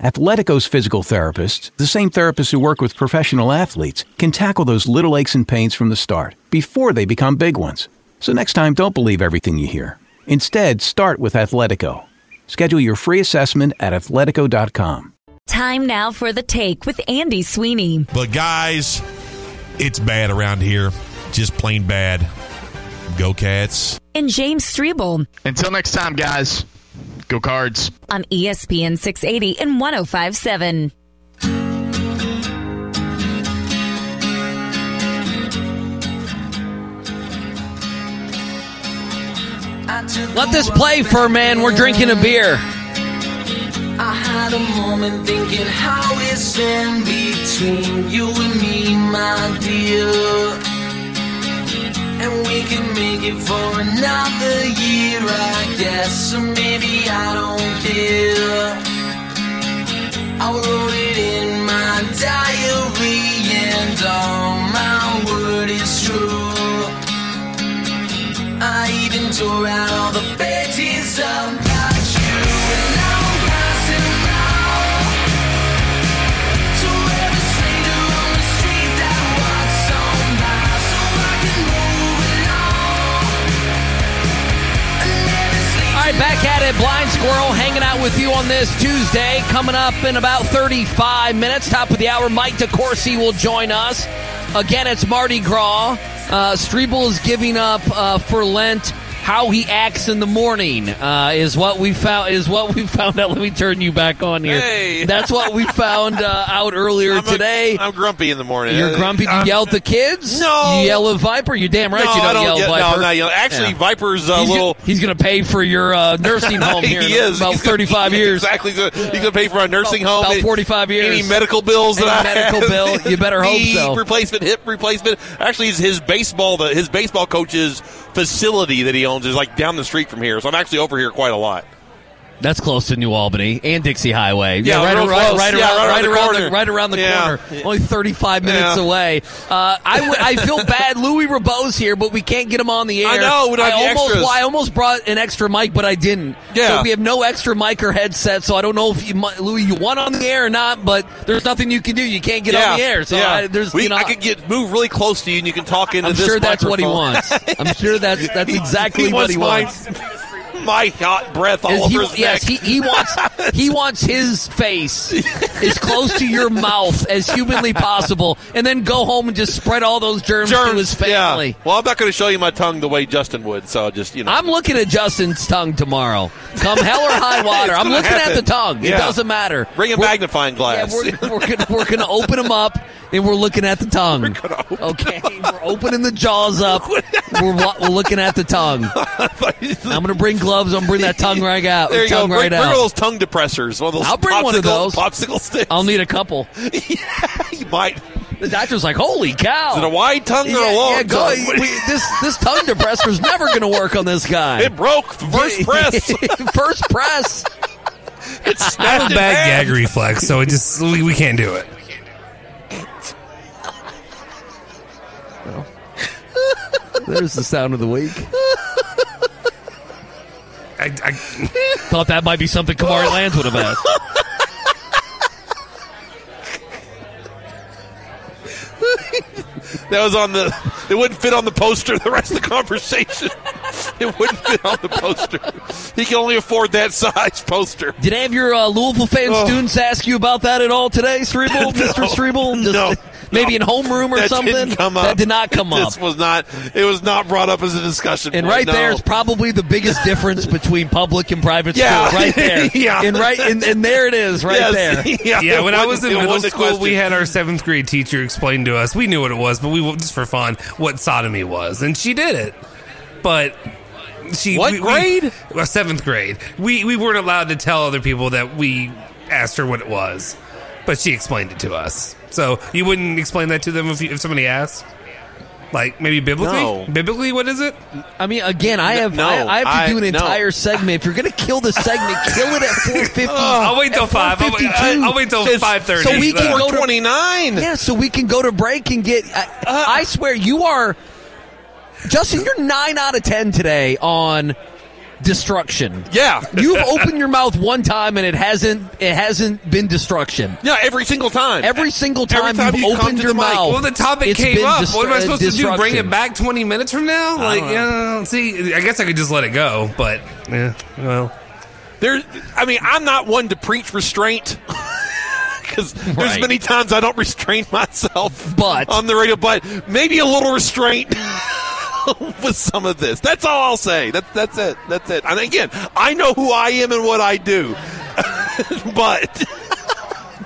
Athletico's physical therapists, the same therapists who work with professional athletes, can tackle those little aches and pains from the start before they become big ones. So next time, don't believe everything you hear. Instead, start with Athletico. Schedule your free assessment at athletico.com.
Time now for the take with Andy Sweeney.
But guys, it's bad around here. Just plain bad. Go Cats.
And James Strebel
Until next time, guys. Go Cards.
on E ESPN 680 and 1057.
Let this play for a man. We're drinking a beer.
I had a moment thinking how it's in between you and me, my dear. And we can make it for another year, I guess. Or maybe I don't care. I wrote it in my diary, and all my word is true. I even tore out all the pages about you, and now I'm passing out to every stranger on the street that walks on by, so I can move along.
All right, back at it. Blind Squirrel hanging out with you on this Tuesday. Coming up in about 35 minutes, top of the hour, Mike DeCourcy will join us. Again, it's Mardi Gras. Uh, Strebel is giving up uh, for Lent how he acts in the morning uh, is what we found is what we *laughs* found out. Let me turn you back on here.
Hey.
That's what we found uh, out earlier
I'm a-
today.
I'm grumpy in the morning. Uh,
You're grumpy. You
I'm-
yell at the kids.
No.
You yell at Viper. You're damn right.
No,
you
I
don't,
don't
yell at
get- no,
Viper.
I'm not yelling. Actually, Viper's a
he's
little-
Gonna, he's going to pay for your
*laughs*
uh, nursing home here.
he
in
is
about
He's gonna- *laughs*
35 years.
Exactly. He's going to pay for our nursing home.
about
Any-
45 years.
Any medical bills that
Any
I
medical
*laughs* have.
bill, you better hope
Knee
so.
Replacement, hip replacement. Actually, his, his baseball the, his baseball coach's facility that he owns is like down the street from here, so I'm actually over here quite a lot.
That's close to New Albany and Dixie Highway.
Yeah,
right,
real
ar- right-
close.
right
Yeah, right
around, right
around the
around the
corner.
right around the
Yeah.
corner. Only thirty five minutes
Yeah.
away. Uh, I, w- I
*laughs*
feel bad. Louis Rabeau's here, but we can't get him on the air.
I know, we don't
I
have the
almost
extras.
well, I almost brought an extra mic, but I didn't.
Yeah.
So we have no extra mic or headset. So I don't know if you, mi- Louis you want on the air or not. But there's nothing you can do. You can't get on the air. So
yeah.
I, there's
we,
you know.
I could get move really close to you, and you can talk into
I'm
this.
sure that's what he
microphone. *laughs*
wants. I'm sure that's that's exactly what he wants.
My, my hot breath all
Is
over
he-
his neck.
yes, he, he wants he wants
*laughs*
his face as close to your mouth as humanly possible, and then go home and just spread all those germs, to his family.
Well, I'm not going to show you my tongue the way Justin would, so just you know.
I'm looking at Justin's tongue tomorrow. Come hell or high water,
*laughs* It's
I'm
gonna
looking
happen.
at the tongue.
Yeah.
It doesn't matter.
Bring a
We're-
magnifying
yeah,
*laughs* glass.
we're, we're gonna, we're gonna open them up, and we're looking at the tongue. okay, we're opening the jaws up.
*laughs*
we're, wa- we're looking at the tongue. I'm gonna bring gloves. I'm gonna bring that tongue right out.
there you go.
tongue
Bring,
Right
bring
out.
one of those tongue depressors. One of those
I'll bring one of
popsicle-
those.
popsicle sticks.
I'll need a couple.
you might.
The doctor's like, "Holy cow!"
Is it a wide tongue or a long
yeah, go,
tongue? What-
we- this this tongue depressor's never going to work on this guy.
It broke
*laughs*
first press.
first press.
It's
I have a bad gag reflex, so it just we, we can't do it.
There's the sound of the week.
I, I
thought that might be something Kamari Lands would have asked.
That was on the. It wouldn't fit on the poster. The rest of the conversation, it wouldn't fit on the poster. He can only afford that size poster.
Did any of your uh, Louisville fan students ask you about that at all
*laughs*
today, Strebel, Mister Strebel? Just-
Oh. no.
maybe in homeroom or
That
something.
didn't come up.
That did
*laughs*
not come up.
This was not. It was not brought up as a discussion.
And
point,
right
no.
there is probably the
*laughs*
biggest difference between public and private
Yeah. *laughs*
school. Right there.
Yeah.
And right and, and there it is, right
*laughs* Yes.
there.
*laughs* Yeah,
yeah, when
it
I was in
wasn't- it
middle
wasn't a
school, we
question.
had our seventh grade teacher explain to us. We knew what it was, but we just for fun what sodomy was, and she did it. But she
What
we,
grade?
We, well, seventh grade. We we weren't allowed to tell other people that we asked her what it was, but she explained it to us. So you wouldn't explain that to them if you, if somebody asked. Like maybe biblically,
No.
biblically, what is it?
I mean, again, I
No,
have I, I have to
I-
do an
no.
entire segment. If you're going to kill the segment,
*laughs*
kill it at 450.
Oh.
I'll wait till
at
five. I'll wait-
4:52.
I'll wait till
It's-
5:30.
So we can
It's
go to
29.
Yeah, so we can go to break and get. I, I swear, you are Justin. You're nine out of ten today on destruction.
Yeah.
you've opened your mouth one time and it hasn't it hasn't been destruction.
Yeah, every single time.
Every single time,
Every time
you've
you come
opened
to
your
the mic.
mouth.
Well, the topic
it's
came
been
up. what am I
distru-
supposed to do? Bring
destruction.
it back 20 minutes from now?
don't
Like,
know.
yeah, see, I guess I could just let it go, but yeah, well.
There, I mean, I'm not one to preach restraint *laughs* because there's
Right.
many times I don't restrain myself.
But
on the radio, but maybe a little restraint *laughs* with some of this. That's all I'll say. That's that's it. That's it. And again, I know who I am and what I do, *laughs* but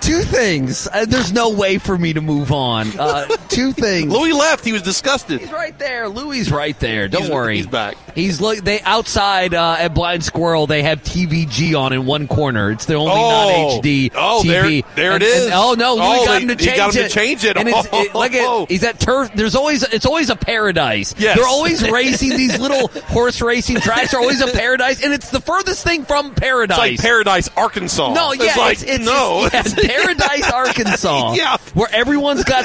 two things. Uh, there's no way for me to move on. Uh,
*laughs*
two things.
Louis left. He was disgusted.
He's right there. Louis right there. Don't
He's-
worry.
he's back.
He's look. They outside uh, at Blind Squirrel. They have TVG on in one corner. It's the only
Oh.
non-HD
Oh, there-
TV.
there it
And- and-
is.
oh no, Louis
Oh,
got
they-
him to
he
change
got him
it.
to change it.
And it's
*laughs*
it, like
Oh.
it, he's at turf. There's always it's always a paradise.
Yes. *laughs*
They're always racing these little horse racing tracks. Are always a paradise, and it's the furthest thing from paradise.
It's like Paradise, Arkansas.
No, yeah,
it's like
it's, it's-
no,
it's- yeah, Paradise, Arkansas,
Yeah.
where everyone's
*laughs*
got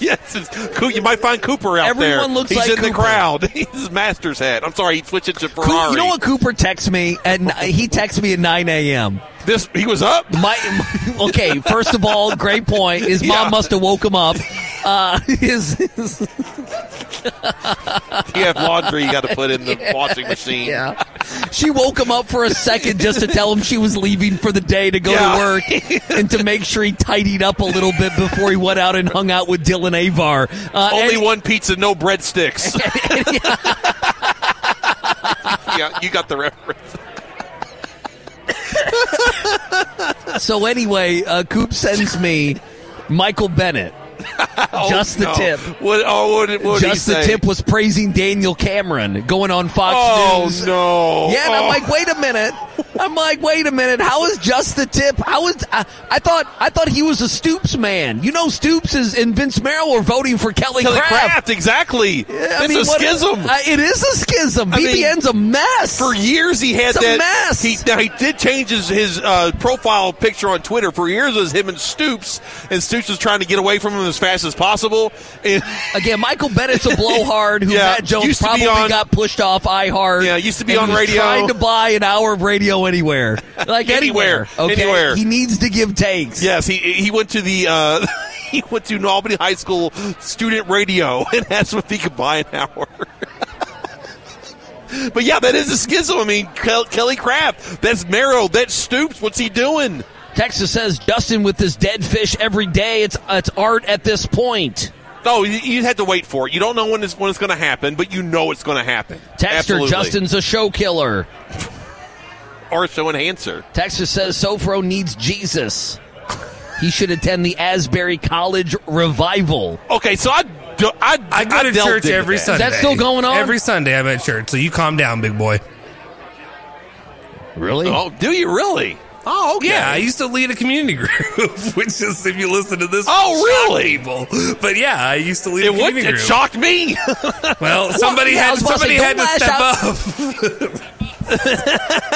*laughs* yes, it's, Coo- you might find Cooper out there.
Everyone looks
He's
like
in the
Cooper.
crowd. *laughs* He's his master's hat. I'm sorry, he switched it to
Coo-
Ferrari.
You know what Cooper texts me, and he texts me at 9 a.m.
This he was up.
My, *laughs* my- okay, first of all, great point. His mom
Yeah.
must have woke him up. Uh, *laughs* his, his-
If you have laundry, you got to put in the
*laughs* Yeah.
washing machine.
Yeah. She woke him up for a second just to tell him she was leaving for the day to go
Yeah.
to
*laughs*
work and to make sure he tidied up a little bit before he went out and hung out with Dylan Avar. Uh,
Only
and- *laughs*
one pizza, no breadsticks. yeah, you got the reference.
so anyway, uh, Coop sends me
*laughs*
Michael Bennett. Just the
Oh, no.
tip.
What- oh, what did- what did he
Just the
say?
tip was praising Daniel Cameron going on Fox
Oh,
News.
no.
Yeah, and I'm
Oh.
like, wait a minute. I'm like, wait a minute. How is just the tip? How is I, I thought I thought he was a Stoops man. You know, Stoops is and Vince Merrill were voting for Kelly,
Kelly
Kraft.
Kraft, exactly.
Yeah, I
it's
mean,
a
what-
schism.
I- it is a schism.
I mean,
BBN's a mess.
For years, he had
It's a
that
mess.
He now he did change his, his uh, profile picture on Twitter. For years, it was him and Stoops, and Stoops was trying to get away from him as fast as possible. And
Again, Michael Bennett's a
*laughs*
blowhard who Matt Jones
used to be
probably
on-
got pushed off iHeart.
Yeah, used to be
and
on
was
radio.
Trying to buy an hour of radio
*laughs*
anywhere, like anywhere,
Anywhere,
okay?
anywhere.
He needs to give takes.
Yes, he he went to the uh, *laughs* he went to Albany High School student radio, *laughs* and that's what he could buy an hour. *laughs* but yeah, that is a schism. I mean, Kel- Kelly Kraft, that's Merrill, that's Stoops. What's he doing?
Texas says Dustin with this dead fish every day. It's it's art at this point.
No, you, you had to wait for it. You don't know when it's when it's going to happen, but you know it's going to happen.
Texter
Absolutely.
Justin's a show killer.
or show enhancer.
Texas says Sofro needs Jesus. He should attend the Asbury College revival.
Okay, so I do, I,
I
go to church every Sunday.
Is that still going on?
Every Sunday I'm at church, so you calm down, big boy.
Really?
Oh, do you really? Oh, okay.
Yeah, I used to lead a community *laughs* group, which is if you listen to this,
Oh,
shock
really?
People, but yeah, I used to lead a
It would.
community
It
group.
shocked me. *laughs*
Well, somebody
yeah, I
had
was about to
somebody
say,
had to
don't
step
lash out.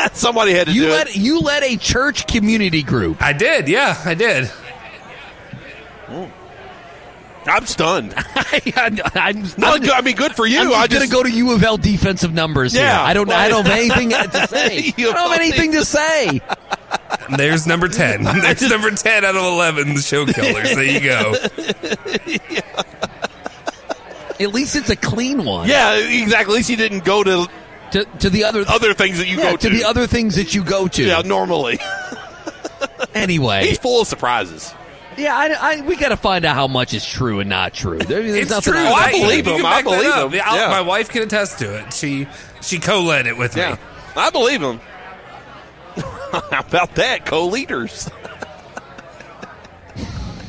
up.
Somebody had to
You
do
led
it.
you led a church community
*laughs*
group.
I did. Yeah, I did.
I'm stunned.
*laughs* I, I'm,
No, good- I mean, good for you.
I'm
I
just
just
gonna go to U of L defensive numbers. here.
Yeah,
I don't. I don't have
well-
anything to say. I
U of
don't have
L
anything to say.
There's number ten.
*laughs*
There's number ten out of eleven. The show killers. There you go.
At least it's a clean one.
Yeah, exactly. At least you didn't go to
to, to the other
other things that you
Yeah,
go to.
to the other things that you go to.
Yeah,
*laughs*
normally.
Anyway,
He's full of surprises.
*laughs* Yeah, I, I, we got to find out how much is true and not true. There- there's
It's
nothing
true.
out
I
there.
believe
you
him.
can
I
back that
believe
up.
him.
I'll-
Yeah.
My wife can attest to it. She she co-led it with
Yeah,
me.
I believe
*laughs*
him. How about that, co-leaders?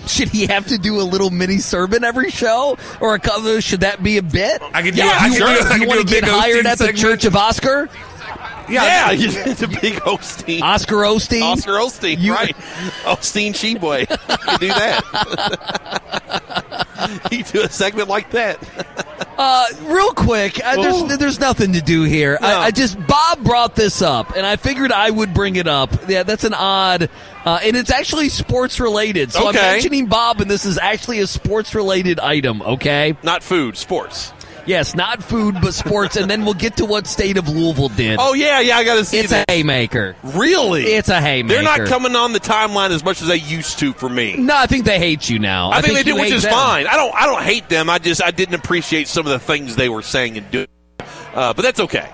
Should he have to do a little mini sermon every show, or a couple? Should that be a bit?
I could do
You,
it. I could do it. I could
you
do
want
a
to get
big
hired
hosting
at the
segment.
Church of Oscar? *laughs*
Yeah, you the big Osteen.
Oscar Osteen?
Oscar Osteen, right. Osteen Sheboy. You could do
*laughs*
that. you do a segment like that.
Uh, real quick, uh,
Ooh.
there's there's nothing to do here.
No.
I, I just Bob brought this up, and I figured I would bring it up. Yeah, that's an odd, uh, and it's actually sports related. So
Okay.
I'm mentioning Bob, and this is actually a sports related item. Okay,
Not food, sports.
yes, not food, but sports, and then we'll get to what state of Louisville did.
Oh, yeah, yeah, I got to see
it's
that.
a haymaker.
really?
It's a haymaker.
They're not coming on the timeline as much as they used to for me.
No, I think they hate you now.
I, think, they
you
do, which
hate
is
them.
fine. I don't. I don't hate them. I just I didn't appreciate some of the things they were saying and doing. Uh, but that's okay.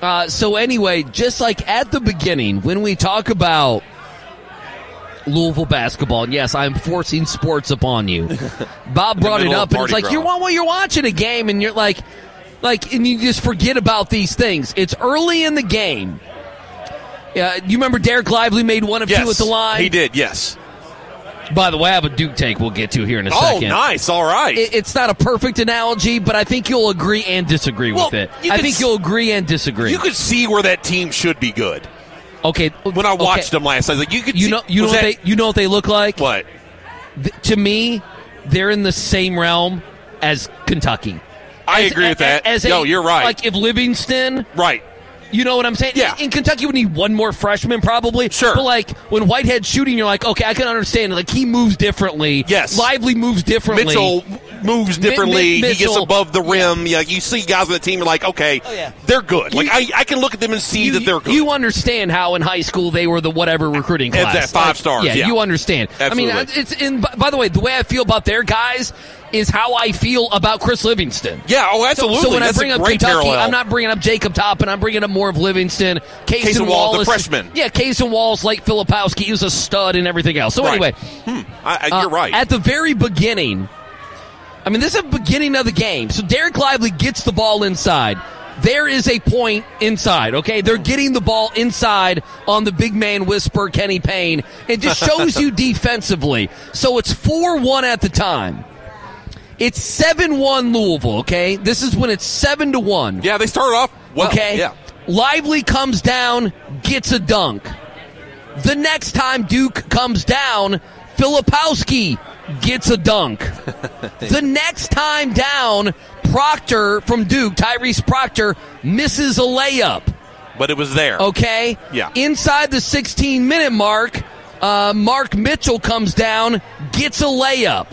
Uh, so anyway, just like at the beginning, when we talk about Louisville basketball, and yes, I'm forcing sports
*laughs*
upon you. Bob brought it
middle
up,
of
and
Mardi
it's like
Gras.
you're well, you're watching a game, and you're like, like, and you just forget about these things. It's early in the game. Yeah, you remember Derek Lively made one of
Yes,
two at the line.
he did. Yes.
By the way, I have a Duke take we'll get to here in a
Oh,
second.
nice. All right.
It- it's not a perfect analogy, but I think you'll agree and disagree
Well,
with it.
you
I
could
think
s-
you'll agree and disagree.
you could see where that team should be good.
okay,
When I
okay.
watched them last, I was like, you could.
You
see-
know, you know
was
what
that-
they, you know what they look like.
What?
Th- to me, they're in the same realm as Kentucky.
I
As-
agree with
a-
that.
As a-
No, you're right.
Like if Livingston,
right?
You know what I'm saying?
Yeah.
In, in Kentucky, we need one more freshman, probably.
Sure.
But like when Whitehead's shooting, you're like, okay, I can understand. Like he moves differently.
Yes.
Lively moves differently.
Mitchell moves
Mi- Mi-
differently. he gets
Mitchell- Oh,
above the rim. Yeah. you see guys on the team. You're like, okay, they're good. Like I, I can look at them and see
you,
that they're good.
you understand how in high school they were the whatever recruiting
It's
class.
at five stars, yeah.
you understand. I mean,
Absolutely.
it's in. by- By the way, the way I feel about their guys is how I feel about Chris Livingston.
yeah. Oh,
So-
absolutely.
So, when
That's
I bring
a
up
great
Kentucky,
parallel.
I'm not bringing up Jacob Toppin. I'm bringing up more of Livingston, Case
Kaysen
and
Wall, the
Wallace,
freshman.
Yeah, Case and Wallace, like Filipowski, he was a stud and everything else. So
Right.
anyway,
Hmm. I, I, you're
uh,
right.
At the very beginning, I mean, this is the beginning of the game. So Derek Lively gets the ball inside. There is a point inside, okay? They're getting the ball inside on the big man whisper, Kenny Payne. It just shows
*laughs*
you defensively. So it's 4 1 at the time. It's 7 1 Louisville, okay? This is when it's 7 to 1.
Yeah, they started off well.
Okay?
Yeah.
Lively comes down, gets a dunk. The next time Duke comes down, Filipowski gets
*laughs*
a dunk. the next time down, Proctor from Duke, Tyrese Proctor, misses a layup.
But it was there.
Oh. Okay?
Yeah.
Inside the 16 minute mark, uh, Mark Mitchell comes down, gets a layup.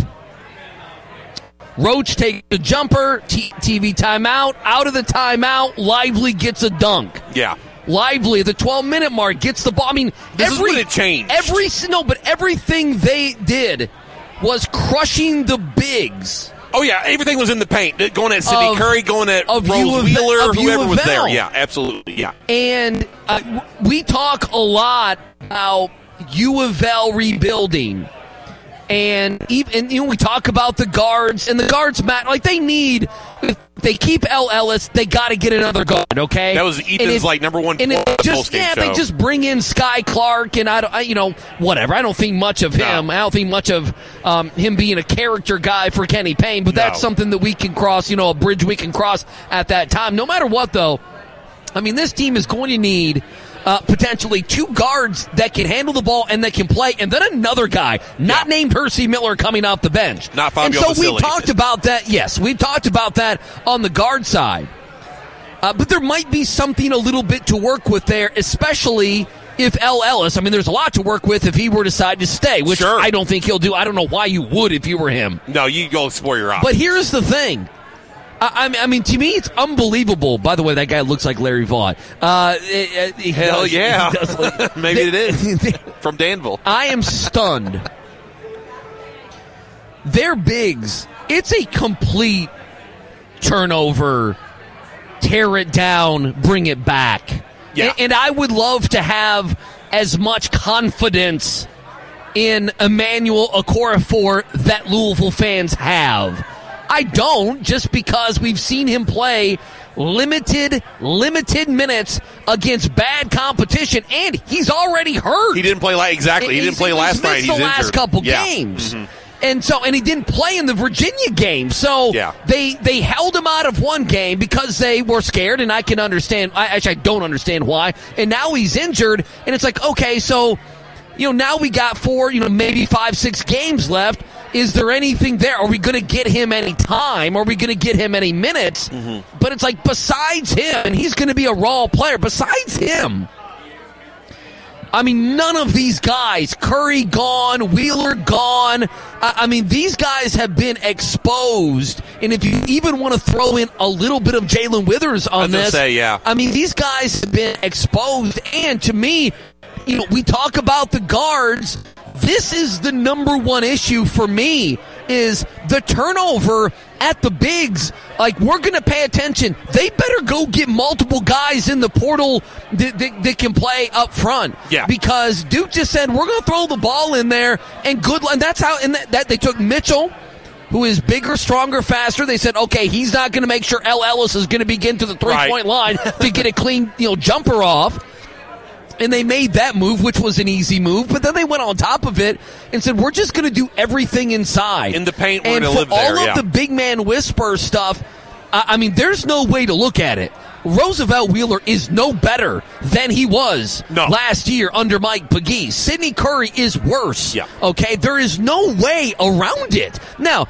Roach takes a jumper, T- TV timeout. Out of the timeout, Lively gets a dunk.
Yeah.
Lively, the 12 minute mark, gets the ball. I mean,
This is
every,
when it changed.
Every no, but everything they did was crushing the bigs.
Oh yeah, everything was in the paint. Going at Sidney
Of-
Curry, going at
of
Rose
U of-
Wheeler,
of U
whoever
of
was there.
L.
Yeah, absolutely. Yeah.
And uh, w- we talk a lot about U of L rebuilding. And even and, you know, we talk about the guards and the guards matter. Like they need, if they keep L Ellis, they got to get another guard. Okay,
That was
And
Ethan's,
if-
like, number one
And it
post-
just
post-game
yeah, they
show.
just bring in Sky Clark and I don't, I, you know, whatever. I don't think much of him. I don't think much of um, him being a character guy for Kenny Payne. But that's
No.
something that we can cross. You know, a bridge we can cross at that time. No matter what, though. I mean, this team is going to need uh, potentially two guards that can handle the ball and that can play, and then another guy, not named Hersey Miller, coming off the bench.
Not Fabio
And so we
Vasili.
talked about that. Yes, we've talked about that on the guard side. Uh, but there might be something a little bit to work with there, especially if L. Ellis. I mean, there's a lot to work with if he were to decide to stay, which I don't think he'll do. I don't know why you would if you were him.
No, you go explore your options.
But here's the thing. I, I mean- I mean, to me, it's unbelievable. By the way, that guy looks like Larry Vaughn. Uh, eh, eh, he
Hell
does- *laughs*
yeah.
he
*laughs*
does look-
Maybe it is. *laughs* From Danville.
I am stunned. Their bigs, it's a complete turnover, tear it down, bring it back. Yeah. And, and I would love to have as much confidence in Emmanuel Okorafor that Louisville fans have. I don't just because we've seen him play limited, limited minutes against bad competition, and he's already hurt.
He didn't play like exactly. He
He's-
didn't play
he's
last night.
missed
He's
the last
injured.
couple
Yeah.
games.
Mhm.
And so, and he didn't play in the Virginia game. So they they held him out of one game because they were scared, and I can understand. I, actually, I don't understand why. And now he's injured, and it's like, okay, so you know, now we got four, you know, maybe five, six games left. Is there anything there? Are we going to get him any time? Are we going to get him any minutes?
Mm-hmm.
But it's like besides him, and he's going to be a raw player. Besides him. I mean, none of these guys, Curry gone, Wheeler gone. I, I mean, these guys have been exposed. And if you even want to throw in a little bit of Jalen Withers on
was gonna
this,
say, yeah.
I mean, these guys have been exposed. And to me, you know, we talk about the guards. This is the number one issue for me is the turnover at the bigs. Like we're going to pay attention. They better go get multiple guys in the portal that, that, that can play up front.
Yeah.
Because Duke just said we're going to throw the ball in there and good. And that's how. And that, that they took Mitchell who is bigger, stronger, faster. They said, okay, he's not going to make sure L. Ellis is going to begin to the three point
*laughs*
line to get a clean, you know, jumper off. And they made that move, which was an easy move, but then they went on top of it and said, "We're just going to do everything inside in the
paint. we're
And
gonna
for
live
all
there,
of
yeah.
the big man whisper stuff, I, I mean, there's no way to look at it. Roosevelt Wheeler is no better than he was last year under Mike Pagee. Sidney Curry is worse. Okay, there is no way around it. Now,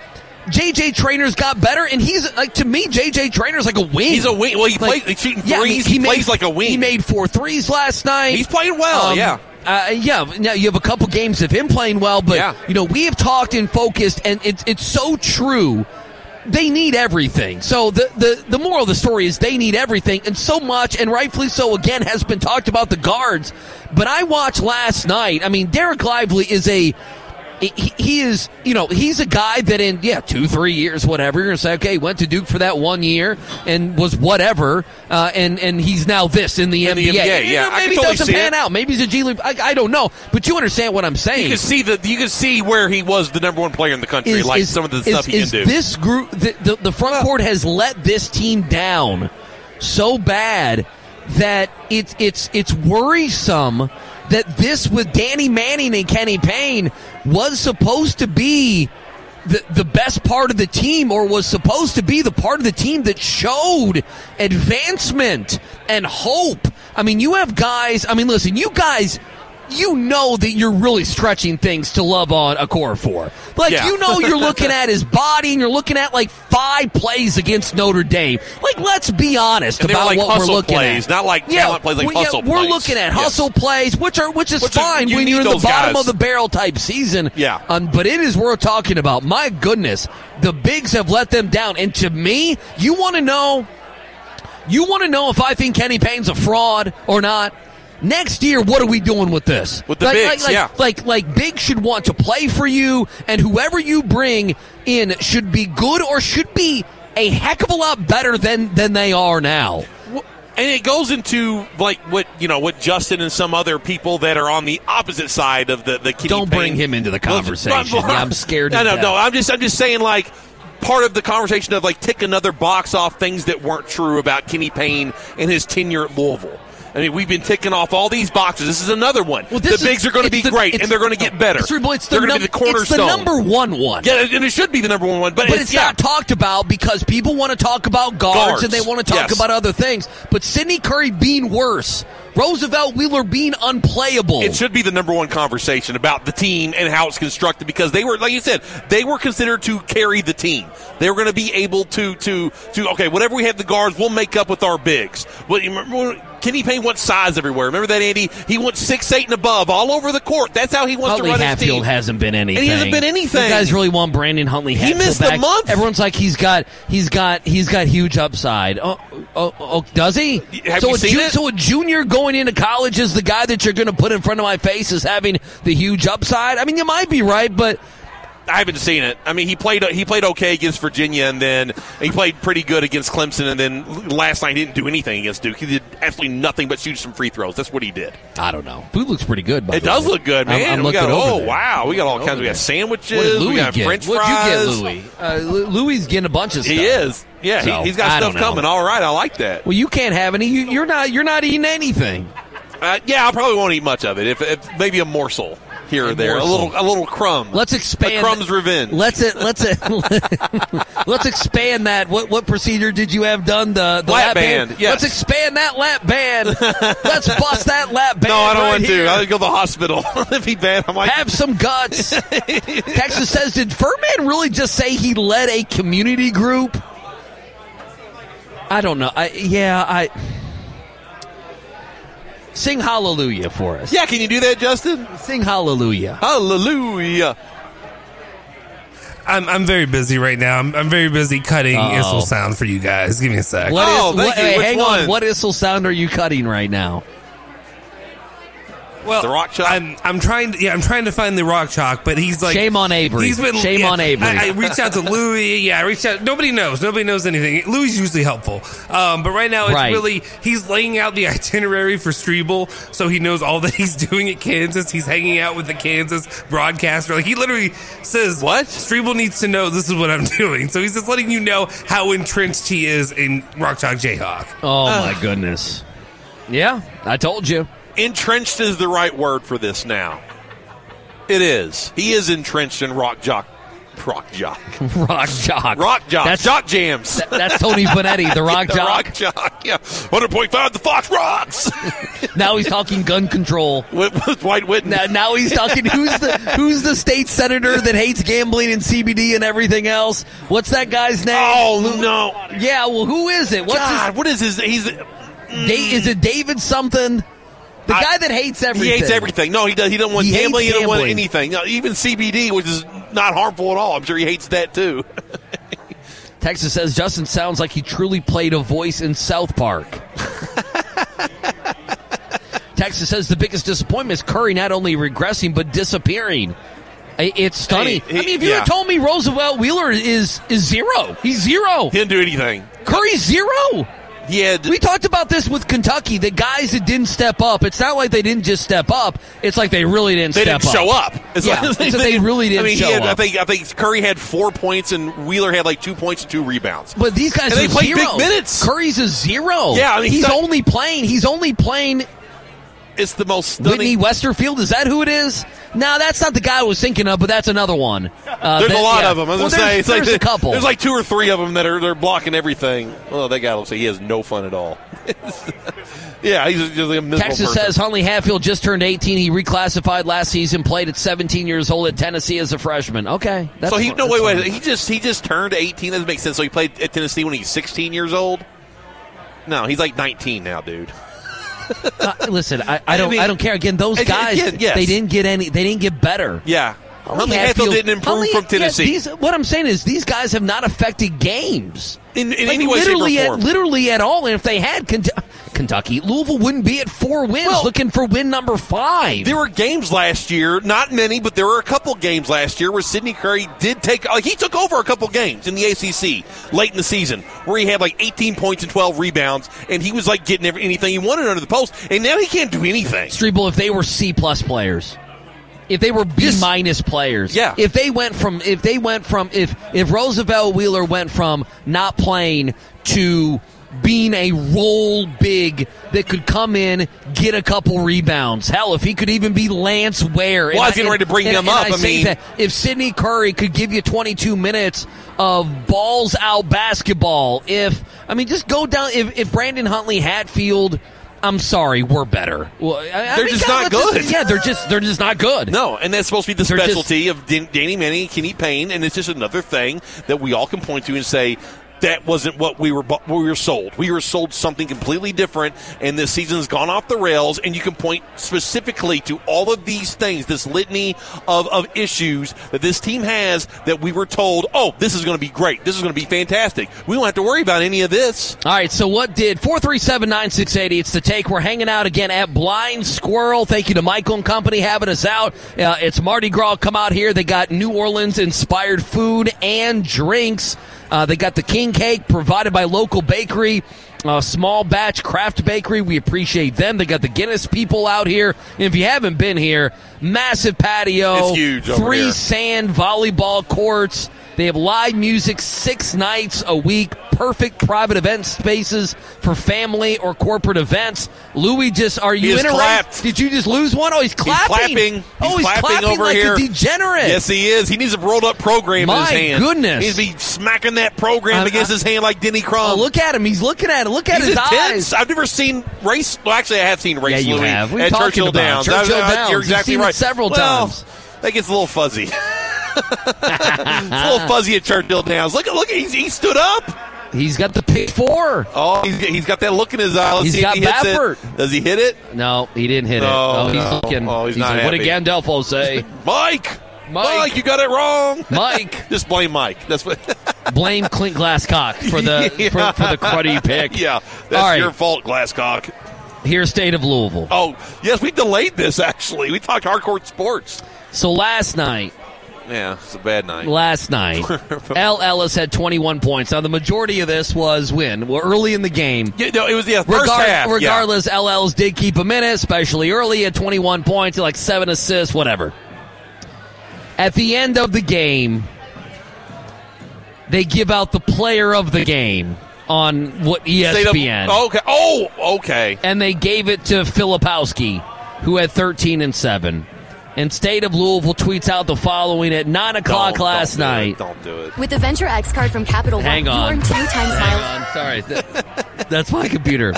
JJ Trainer's got better, and he's like to me, JJ Trainer's like a wing.
He's a wing. Well, he
Like,
plays- he's shooting
yeah, I mean,
threes. He plays like a wing.
He made four threes last night.
He's playing well, yeah.
Uh, yeah, now you have a couple games of him playing well, but you know we have talked and focused, and it's it's so true. They need everything. So the, the the moral of the story is they need everything, and so much, and rightfully so. Again, has been talked about the guards, but I watched last night. I mean, Derek Lively is a he, he is, you know, he's a guy that in, yeah, two, three years, whatever, you're going to say, okay, went to Duke for that one year and was whatever, uh, and, and he's now this in the
NBA,
NBA. And, you
yeah,
know,
I can
maybe it
totally
doesn't
see
pan
it.
out. Maybe he's a G League. I, I don't know. But you understand what I'm saying.
You can see the you can see where he was the number one player in the country.
Is-
like
is-
some of the
is-
stuff he
is
can do.
This group, the, the, the front court has let this team down so bad that it's it's it's worrisome that this with Danny Manning and Kenny Payne was supposed to be the, the best part of the team or was supposed to be the part of the team that showed advancement and hope. I mean, you have guys, I mean, listen, you guys, you know that you're really stretching things to love on a core for. Like,
Yeah.
you know, you're looking at his body and you're looking at like five plays against Notre Dame. Like, let's be honest
And they were
about
like
what we're
hustle
looking
plays,
at.
not like talent plays, like
we- yeah,
hustle
We're
plays.
looking at
Yes.
hustle plays, which are, which is
Which is-
fine
you
when
need
you're in the
those
bottom
guys.
of the barrel type season.
Yeah.
Um, but it is worth talking about. My goodness, the bigs have let them down. And to me, you want to know, you want to know if I think Kenny Payne's a fraud or not. Next year, what are we doing with this? With
the
like,
bigs,
like, like,
yeah.
Like, like, big should want to play for you, and whoever you bring in should be good or should be a heck of a lot better than than they are now.
and it goes into like what you know what Justin and some other people that are on the opposite side of the the Kenny
Don't bring
Payne-
him into the conversation. Yeah, I'm scared
No,
to
no,
death.
no. I'm just I'm just saying like part of the conversation of like tick another box off things that weren't true about Kenny Payne and his tenure at Louisville. I mean, we've been ticking off all these boxes. This is another one.
Well, this
the bigs
is-
are going to be
it's the-
great,
it's-
and they're going to get better.
It's, well, it's the
they're going to be
num-
the cornerstone.
It's the number one one.
Yeah, and it should be the number one one, but,
but, it's, not talked about because people want to talk about guards,
Guards,
and they want to talk
yes.
about other things. But Sidney Curry being worse, Roosevelt Wheeler being unplayable.
It should be the number one conversation about the team and how it's constructed because they were, like you said, they were considered to carry the team. They were going to be able to to to okay, whatever we have the guards, we'll make up with our bigs. But you remember, when Kenny Payne wants size everywhere. Remember that Andy? He wants six eight and above all over the court. That's how he wants
Huntley
to run his
Hatfield
team.
hasn't been anything.
And he hasn't been anything.
You guys really want Brandon Huntley
He
Hatfield
missed the
back?
month.
Everyone's like he's got he's got he's got huge upside. Oh, oh, oh does he?
Have
so
you
a
seen it?
so a junior going into college is the guy that you're going to put in front of my face is having the huge upside. I mean, you might be right, but
I haven't seen it. I mean, he played he played okay against Virginia, and then he played pretty good against Clemson, and then last night he didn't do anything against Duke. He did absolutely nothing but shoot some free throws. That's what he did.
I don't know. Food looks pretty good. By
It
the
does
way.
look good, man.
I'm, I'm
we
looking
got
over
oh
there.
wow, we got all
Looking
kinds.
over
We
there.
got sandwiches.
What did Louis
we got
get?
French
What'd you get,
fries.
Louis? Uh, Lu- Louis getting a bunch of stuff.
He is. Yeah,
So,
he, has
I
got stuff
don't know.
coming. All right, I like that.
Well, you can't have any. You, you're not. You're not eating anything.
Uh, yeah, I probably won't eat much of it. If, if maybe a morsel here or there, a
morsel.
little a little crumb.
Let's expand.
A crumb's revenge.
Let's it. Let's it. let's *laughs* expand that. What what procedure did you have done? The, the
Lap
lap, band.
band, yes.
Let's expand that lap
*laughs*
band. let's bust that lap band.
no, I don't
right
want
here.
to. I'll go to the hospital. *laughs* That'd be bad. I might
Have some
*laughs*
guts. Texas says, did Furman really just say he led a community group? I don't know. I yeah, I sing hallelujah for us.
Yeah, can you do that, Justin?
Sing hallelujah.
Hallelujah.
I'm, I'm very busy right now. I'm, I'm very busy cutting
Uh-oh.
Issel sound for you guys. Give me a sec.
What
Oh,
is- what- hey, hang on.
one?
What whistle sound are you cutting right now?
Well,
the rock chalk.
I'm I'm trying to yeah I'm trying to find the rock chalk, but he's like
Shame on Avery.
He's been,
Shame
yeah,
on Avery.
I, I
*laughs*
reached out to Louis. Yeah, I reached out. Nobody knows. Nobody knows anything. Louis is usually helpful, um, but right now it's
Right.
really he's laying out the *laughs* itinerary for Strebel, so he knows all that he's doing at Kansas. He's hanging out with the Kansas broadcaster. Like he literally says, "What Strebel needs to know. This is what I'm *laughs* doing." So he's just letting you know how entrenched he is in rock chalk Jayhawk.
Oh
Uh.
my goodness. Yeah, I told you. *laughs*
Entrenched is the right word for this now. It is. He is entrenched in rock jock. Rock jock.
Rock jock.
Rock jock.
That's-
jock jams.
that- that's Tony
*laughs*
Bonetti, the rock
the
jock.
Rock jock. Yeah. 100.5, the Fox
*laughs*
rocks.
Now he's talking gun control.
with, with Dwight Whitten.
Now, now he's talking. Who's the Who's the state senator that hates gambling and CBD and everything else? What's that guy's name?
Oh no!
Yeah, well, who is it? What's
God, what is his? He's
his? Da- is it David something? The
I-
guy that hates everything.
He hates everything. No, he does. He doesn't want
He hates
gambling. He doesn't want
gambling.
anything. No, even CBD, which is not harmful at all. I'm sure he hates that too.
Texas says Justin sounds like he truly played a voice in South Park.
*laughs*
Texas says the biggest disappointment is Curry not only regressing but disappearing. I- It's stunning.
Hey, he-
I mean, if you
yeah.
had told me Roosevelt Wheeler is is zero, he's zero.
He didn't do anything.
Curry's zero.
He had.
We talked about this with Kentucky. The guys that didn't step up. It's not like they didn't just step up. It's like they really didn't.
They
step
didn't
up.
show up. It's
yeah,
like-
it's that they really didn't
I mean,
show
he had,
up.
I think I think Curry had four points and Wheeler had like two points and two rebounds.
But these guys
And they
are
played big
zero.
minutes.
Curry's a zero.
Yeah, I mean,
he's
he's not-
only playing. He's only playing.
It's the most stunning.
Whitney Westerfield. Is that who it is? No, that's not the guy I was thinking of, but that's another one. Uh,
there's
that-
a lot
yeah.
of them. I was
Well,
gonna say,
there's,
it's like
there's
the-
a couple.
There's like two or three of them that are they're blocking everything. Well, that guy looks like he has no fun at all. *laughs* yeah, he's just a miserable
Texas
person.
says Huntley Hatfield just turned 18. He reclassified last season, played at 17 years old at Tennessee as a freshman. Okay. That's
so he
fine.
no
That's
wait wait
fine.
he just he just turned 18. That doesn't make sense. So he played at Tennessee when he's 16 years old. No, he's like 19 now, dude.
Uh, listen, I, I don't I,
mean-
don't care. Again, those
Again,
guys
yes.
they didn't get any they didn't get better.
Yeah, Huntley Hatfield didn't improve
Huntley-
from
yeah,
Tennessee.
these- what I'm saying is these guys have not affected games
in, in
Like,
any way, shape, or
literally
form.
At, literally at all. And if they had Kentu- Kentucky, Louisville wouldn't be at four wins looking for win number five.
There were games last year, not many, but there were a couple games last year where Sidney Curry did take, like, he took over a couple games in the ACC late in the season where he had like 18 points and 12 rebounds, and he was like getting every, anything he wanted under the post, and now he can't do anything.
Strebel, if they were C plus players, if they were B minus players, yeah. If they went from if they went from if if Roosevelt Wheeler went from not playing to being a roll big that could come in, get a couple rebounds. Hell, if he could even be Lance Ware.
Well, I was getting ready to bring
and-
him
and
up. I
say
mean-
that if Sidney Curry could give you 22 minutes of balls out basketball, if I mean, just go down. If, if Brandon Huntley Hatfield, I'm sorry, we're better. Well, I- I
They're
mean,
just
God,
not
let's
good.
yeah, they're just they're just not good.
No, and that's supposed to be the
They're just-
specialty of Dan- Danny Manning and Kenny Payne, and it's just another thing that we all can point to and say that wasn't what we were bu- we were sold. We were sold something completely different, and this season's gone off the rails. And you can point specifically to all of these things, this litany of, of issues that this team has that we were told, oh, this is going to be great, this is going to be fantastic. We don't have to worry about any of this.
All right, so what did 4379680? It's the take. We're hanging out again at Blind Squirrel. Thank you to Michael and Company having us out. Uh, it's Mardi Gras. Come out here. They got New Orleans inspired food and drinks. Uh, they got the king cake provided by local bakery. Uh, small batch craft bakery. We appreciate them. They got the Guinness people out here. And if you haven't been here, massive patio.
It's huge over
Three
here.
sand volleyball courts. They have live music six nights a week. Perfect private event spaces for family or corporate events. Louis, just are you
He is
in a race?
clapped.
Did you just lose one? Oh, he's clapping.
clapping.
Oh, he's
He's clapping over
like
here.
a degenerate.
Yes, he is. He needs a rolled up program in
My
his hand.
goodness.
He'd be smacking that program
I'm-
against
I-
his hand like Denny Crum.
Oh, look at him. He's looking at it. Look at
He's
his
intense.
eyes.
I've never seen race. Well, actually, I have seen race.
Yeah, you
Louis
have. We've
at
talked
Churchill
about it.
Downs.
Churchill
I- I-
Downs.
You're
You've
exactly
seen it
right.
several
Well,
times.
That gets a little
*laughs*
fuzzy. *laughs* it's a little fuzzy at Churchill Downs. Look at look. He's, he stood up.
He's got the pick four.
Oh, he's, he's got that look in his eye. Let's
He's
see
got
if he hits it.
Baffert.
Does he hit it?
No, he didn't hit
No,
it. Oh, he's
no.
looking.
Oh, he's not
like,
happy.
What did
*laughs*
Gandolfo say?
Mike. Mike. you got it wrong.
Mike.
Just blame Mike. That's what. *laughs*
Blame Clint Glasscock for the for, for the cruddy pick.
Yeah, that's
All right.
your fault, Glasscock.
Here's state of Louisville.
Oh, yes, we delayed this. Actually, we talked hardcore sports.
So last night,
Yeah, it's a bad night. *laughs*
last night, L. Ellis had 21 points. Now the majority of this was when well, early in the game.
Yeah, no, it was yeah, first
Regard-
half. yeah.
regardless, LL's did keep a minute, especially early at 21 points, like seven assists, whatever. At the end of the game, they give out the player of the game on what E
State of-
ESPN.
okay. Oh, okay.
and they gave it to Filipowski, who had 13 and 7. And State of Louisville tweets out the following at 9 o'clock
Don't- don't
last
do it.
night.
Don't do it. *laughs*
With the Venture X card from Capital One,
Hang
you
on.
earn two times
Hang
miles.
on. Sorry. Th- That's my computer.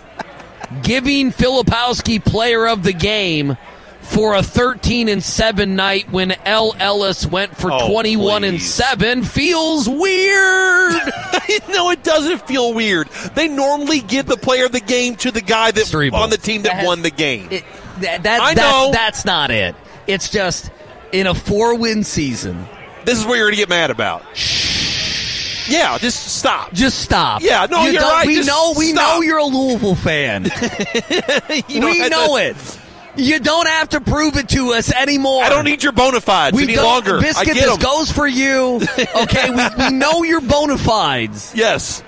Giving Filipowski player of the game for a 13 and 7 night when L. Ellis went for
Oh,
21 and 7
*laughs*
feels weird.
no, it doesn't feel weird. They normally give the player of the game to the guy that on the team that, won the game.
That, that,
I
that's-
know.
That's, not it. It's just in a four win season.
this is where you're going to get mad about. Yeah, just stop.
Just stop.
Yeah, no,
You
you're
don't-
right.
We
Just
know, we
stop.
know you're a
*laughs*
Louisville fan.
don't
we
have
know
to-
it. You don't have to prove it to us anymore.
I don't need your bona fides
we
any
don't-
longer.
Biscuit,
I get
this
'em.
goes
*laughs*
for you. Okay, we, we know your bona fides.
Yes.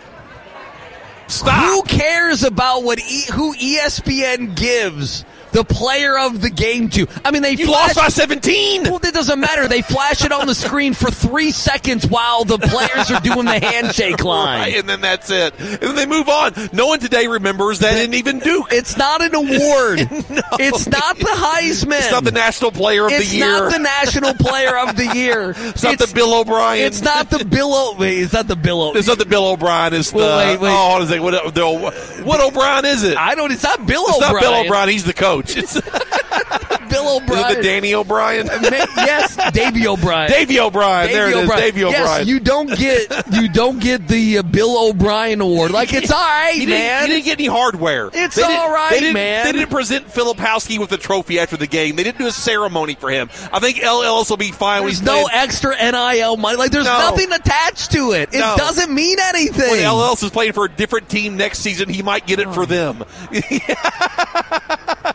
Who cares about what e- who ESPN gives the player of the game to? I mean, they
You
flash,
lost by 17.
*laughs* Well, it doesn't matter. They flash it on the screen for three seconds while the players are doing the handshake
*laughs*
line.
Right, and then that's it. And then they move on. No one today remembers that, and even Duke.
It's not an award.
*laughs*
It's not the Heisman.
It's not the National Player of
It's
the Year.
not the National Player of the Year.
*laughs* It's not the Bill O'Brien.
It's not the Bill. O- wait, it's not the Bill. O-
It's not the Bill O'Brien. It's the
Well, wait, wait.
oh, hold on a second. What, the, what O'Brien is it?
I don't. It's not Bill
It's not Bill
O'Brien.
O'Brien. He's the coach. It's
Bill O'Brien.
Is it
*laughs*
the Danny O'Brien?
yes, Davy O'Brien.
Davy O'Brien.
Davey
there it is. Davy O'Brien.
Yes, you don't get you don't get the uh, Bill O'Brien award. Like it's all right,
*laughs* You didn't-
man.
you didn't get any hardware.
It's
They didn't-
all right,
they didn't,
man.
They didn't present Filipowski with the trophy after the game. They didn't do a ceremony for him. I think L. Ellis will be fine.
There's no extra NIL money. Like there's
No.
nothing attached to it. It
No.
doesn't mean anything.
When L. Ellis is playing for a different team next season, he might get it
Oh.
for them. *laughs*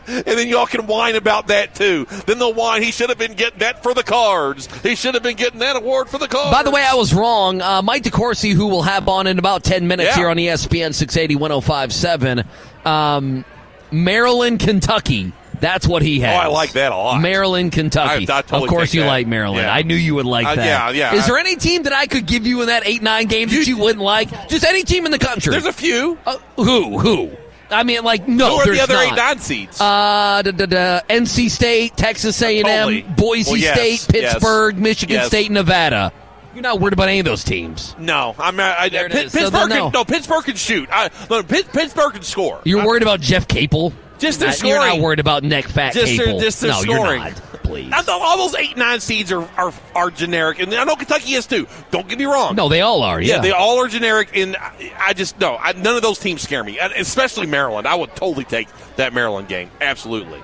and then y'all can whine about that too. Then they'll whine. He should have been getting that for the cards. He should have been getting that award for the cards.
By the way, I was wrong. Uh, Mike DeCourcy, who we'll have on in about 10 minutes
Yeah.
here on E ESPN 680 1057, um, Maryland, Kentucky. That's what he has.
Oh, I like that a lot.
Maryland, Kentucky.
I- I totally
of course,
take
you
that.
like Maryland.
Yeah.
I knew you would like
Uh,
that.
yeah, yeah.
Is there any team that I could give you in that 8 9 game that you wouldn't like? Just any team in the country.
There's a few.
Uh, who? Who? I mean, like, no.
Who are the
Oh, there's
other
not.
eight nine seeds?
Uh, da, da, da, NC State, Texas A&M,
Totally.
Boise
Well, yes,
State,
yes,
Pittsburgh, Michigan
yes.
State, Nevada. You're not worried about any of those teams.
No, I'm not. I,
There it
Pitt-
is. So
Pittsburgh
then no.
can, no, Pittsburgh can shoot. I, no, Pitt, Pittsburgh can score.
You're worried about Jeff Capel.
Just their
Not- You're not
scoring.
worried about Nick Fat
just
Capel.
their, just their
no,
scoring.
you're not. Please.
I thought all those eight nine seeds are, are are generic, and I know Kentucky is too. Don't get me wrong.
No, they all are. Yeah,
they all are generic, and I, I just no. I, none of those teams scare me, and especially Maryland. I would totally take that Maryland game.
*laughs*
Absolutely.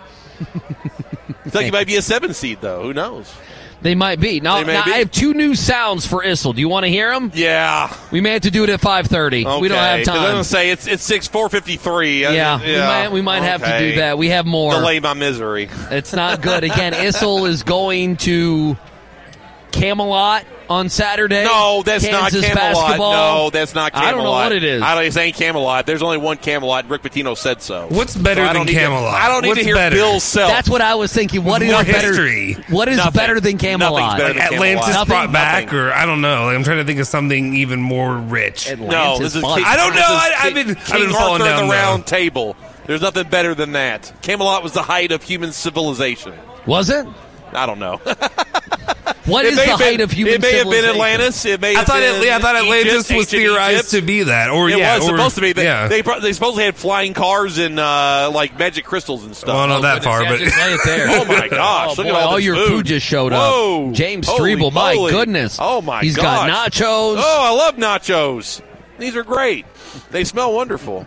Kentucky might be a seven seed though. Who knows?
They might be. Now,
They may
now
be.
I have two new sounds for Issel. Do you want to hear them?
Yeah.
We may have to do it at 5:30. We don't have
I'm
time.
gonna say it's it's six four fifty three.
yeah, we might, we might have to do that. We have more.
Delay my misery.
It's not good. Again, Issel is going to Camelot on Saturday.
No, that's
Kansas
not Camelot.
basketball.
No, that's not Camelot.
I don't know what it is.
I don't, it's ain't Camelot. There's only one Camelot. Rick Pitino said so.
What's better
So I don't need
than
to-
Camelot?
I don't need
What's
to hear
better?
Bill sell.
That's what I was thinking. What is
More
better?
history.
What is
Nothing.
better than Camelot?
Nothing's better than
Atlantis
Camelot.
brought back, or I don't know. Like, I'm trying to think of something even more rich.
no, this is King,
I don't know.
this is
I,
King-
I've been
King
I've been
Arthur
falling
and
down
the
there.
Round Table. There's nothing better than that. Camelot was the height of human civilization.
Was it?
I don't know. *laughs*
What
It
is
may
the
have been-
height of human
It may have been
civilization?
Atlantis. It may
I
have
thought
been
it, yeah, I thought Atlantis
Egypt,
was
ancient
theorized
Egypt.
to be that, or
it
yeah,
was
or-
supposed to be. They,
yeah.
they, pro- they supposedly had flying cars and uh, like magic crystals and stuff.
well, not Oh, that far, but
Lay it there.
*laughs* Oh my gosh!
Oh,
Look at
boy,
all,
all
this
your food. just showed
Whoa.
up. James
Holy
Strebel, my
moly.
goodness.
Oh my!
He's
gosh.
got nachos. *laughs*
Oh, I love nachos. These are great. They smell wonderful.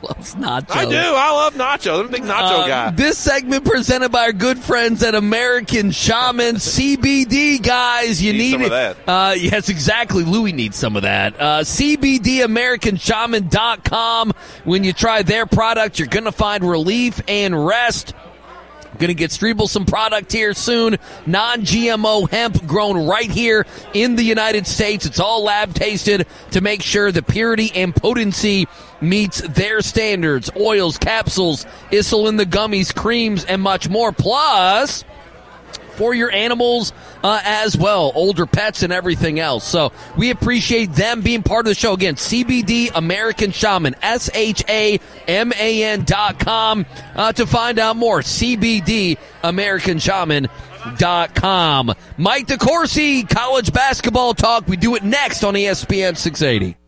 loves nachos.
I do. I love nachos. I'm a big nacho
Um,
Uh,
guy.
This segment presented by our good friends at American Shaman CBD, guys. You
Need
need,
some
it.
of
Uh, yes, exactly. Louis needs some of that. Uh, CBDAmericanShaman.com. When you try their product, you're going to find relief and rest. I'm going to get Strebel some product here soon. Non GMO hemp grown right here in the United States. It's all lab tasted to make sure the purity and potency meets their standards. Oils, capsules, Issel in the gummies, creams, and much more. Plus for your animals uh, as well, older pets and everything else. So we appreciate them being part of the show. Again, CBD American Shaman, S H A M A N dot com uh, to find out more. CBD American Shaman. Dot E com. Mike DeCourcy, college basketball talk. We do it next on ESPN 680.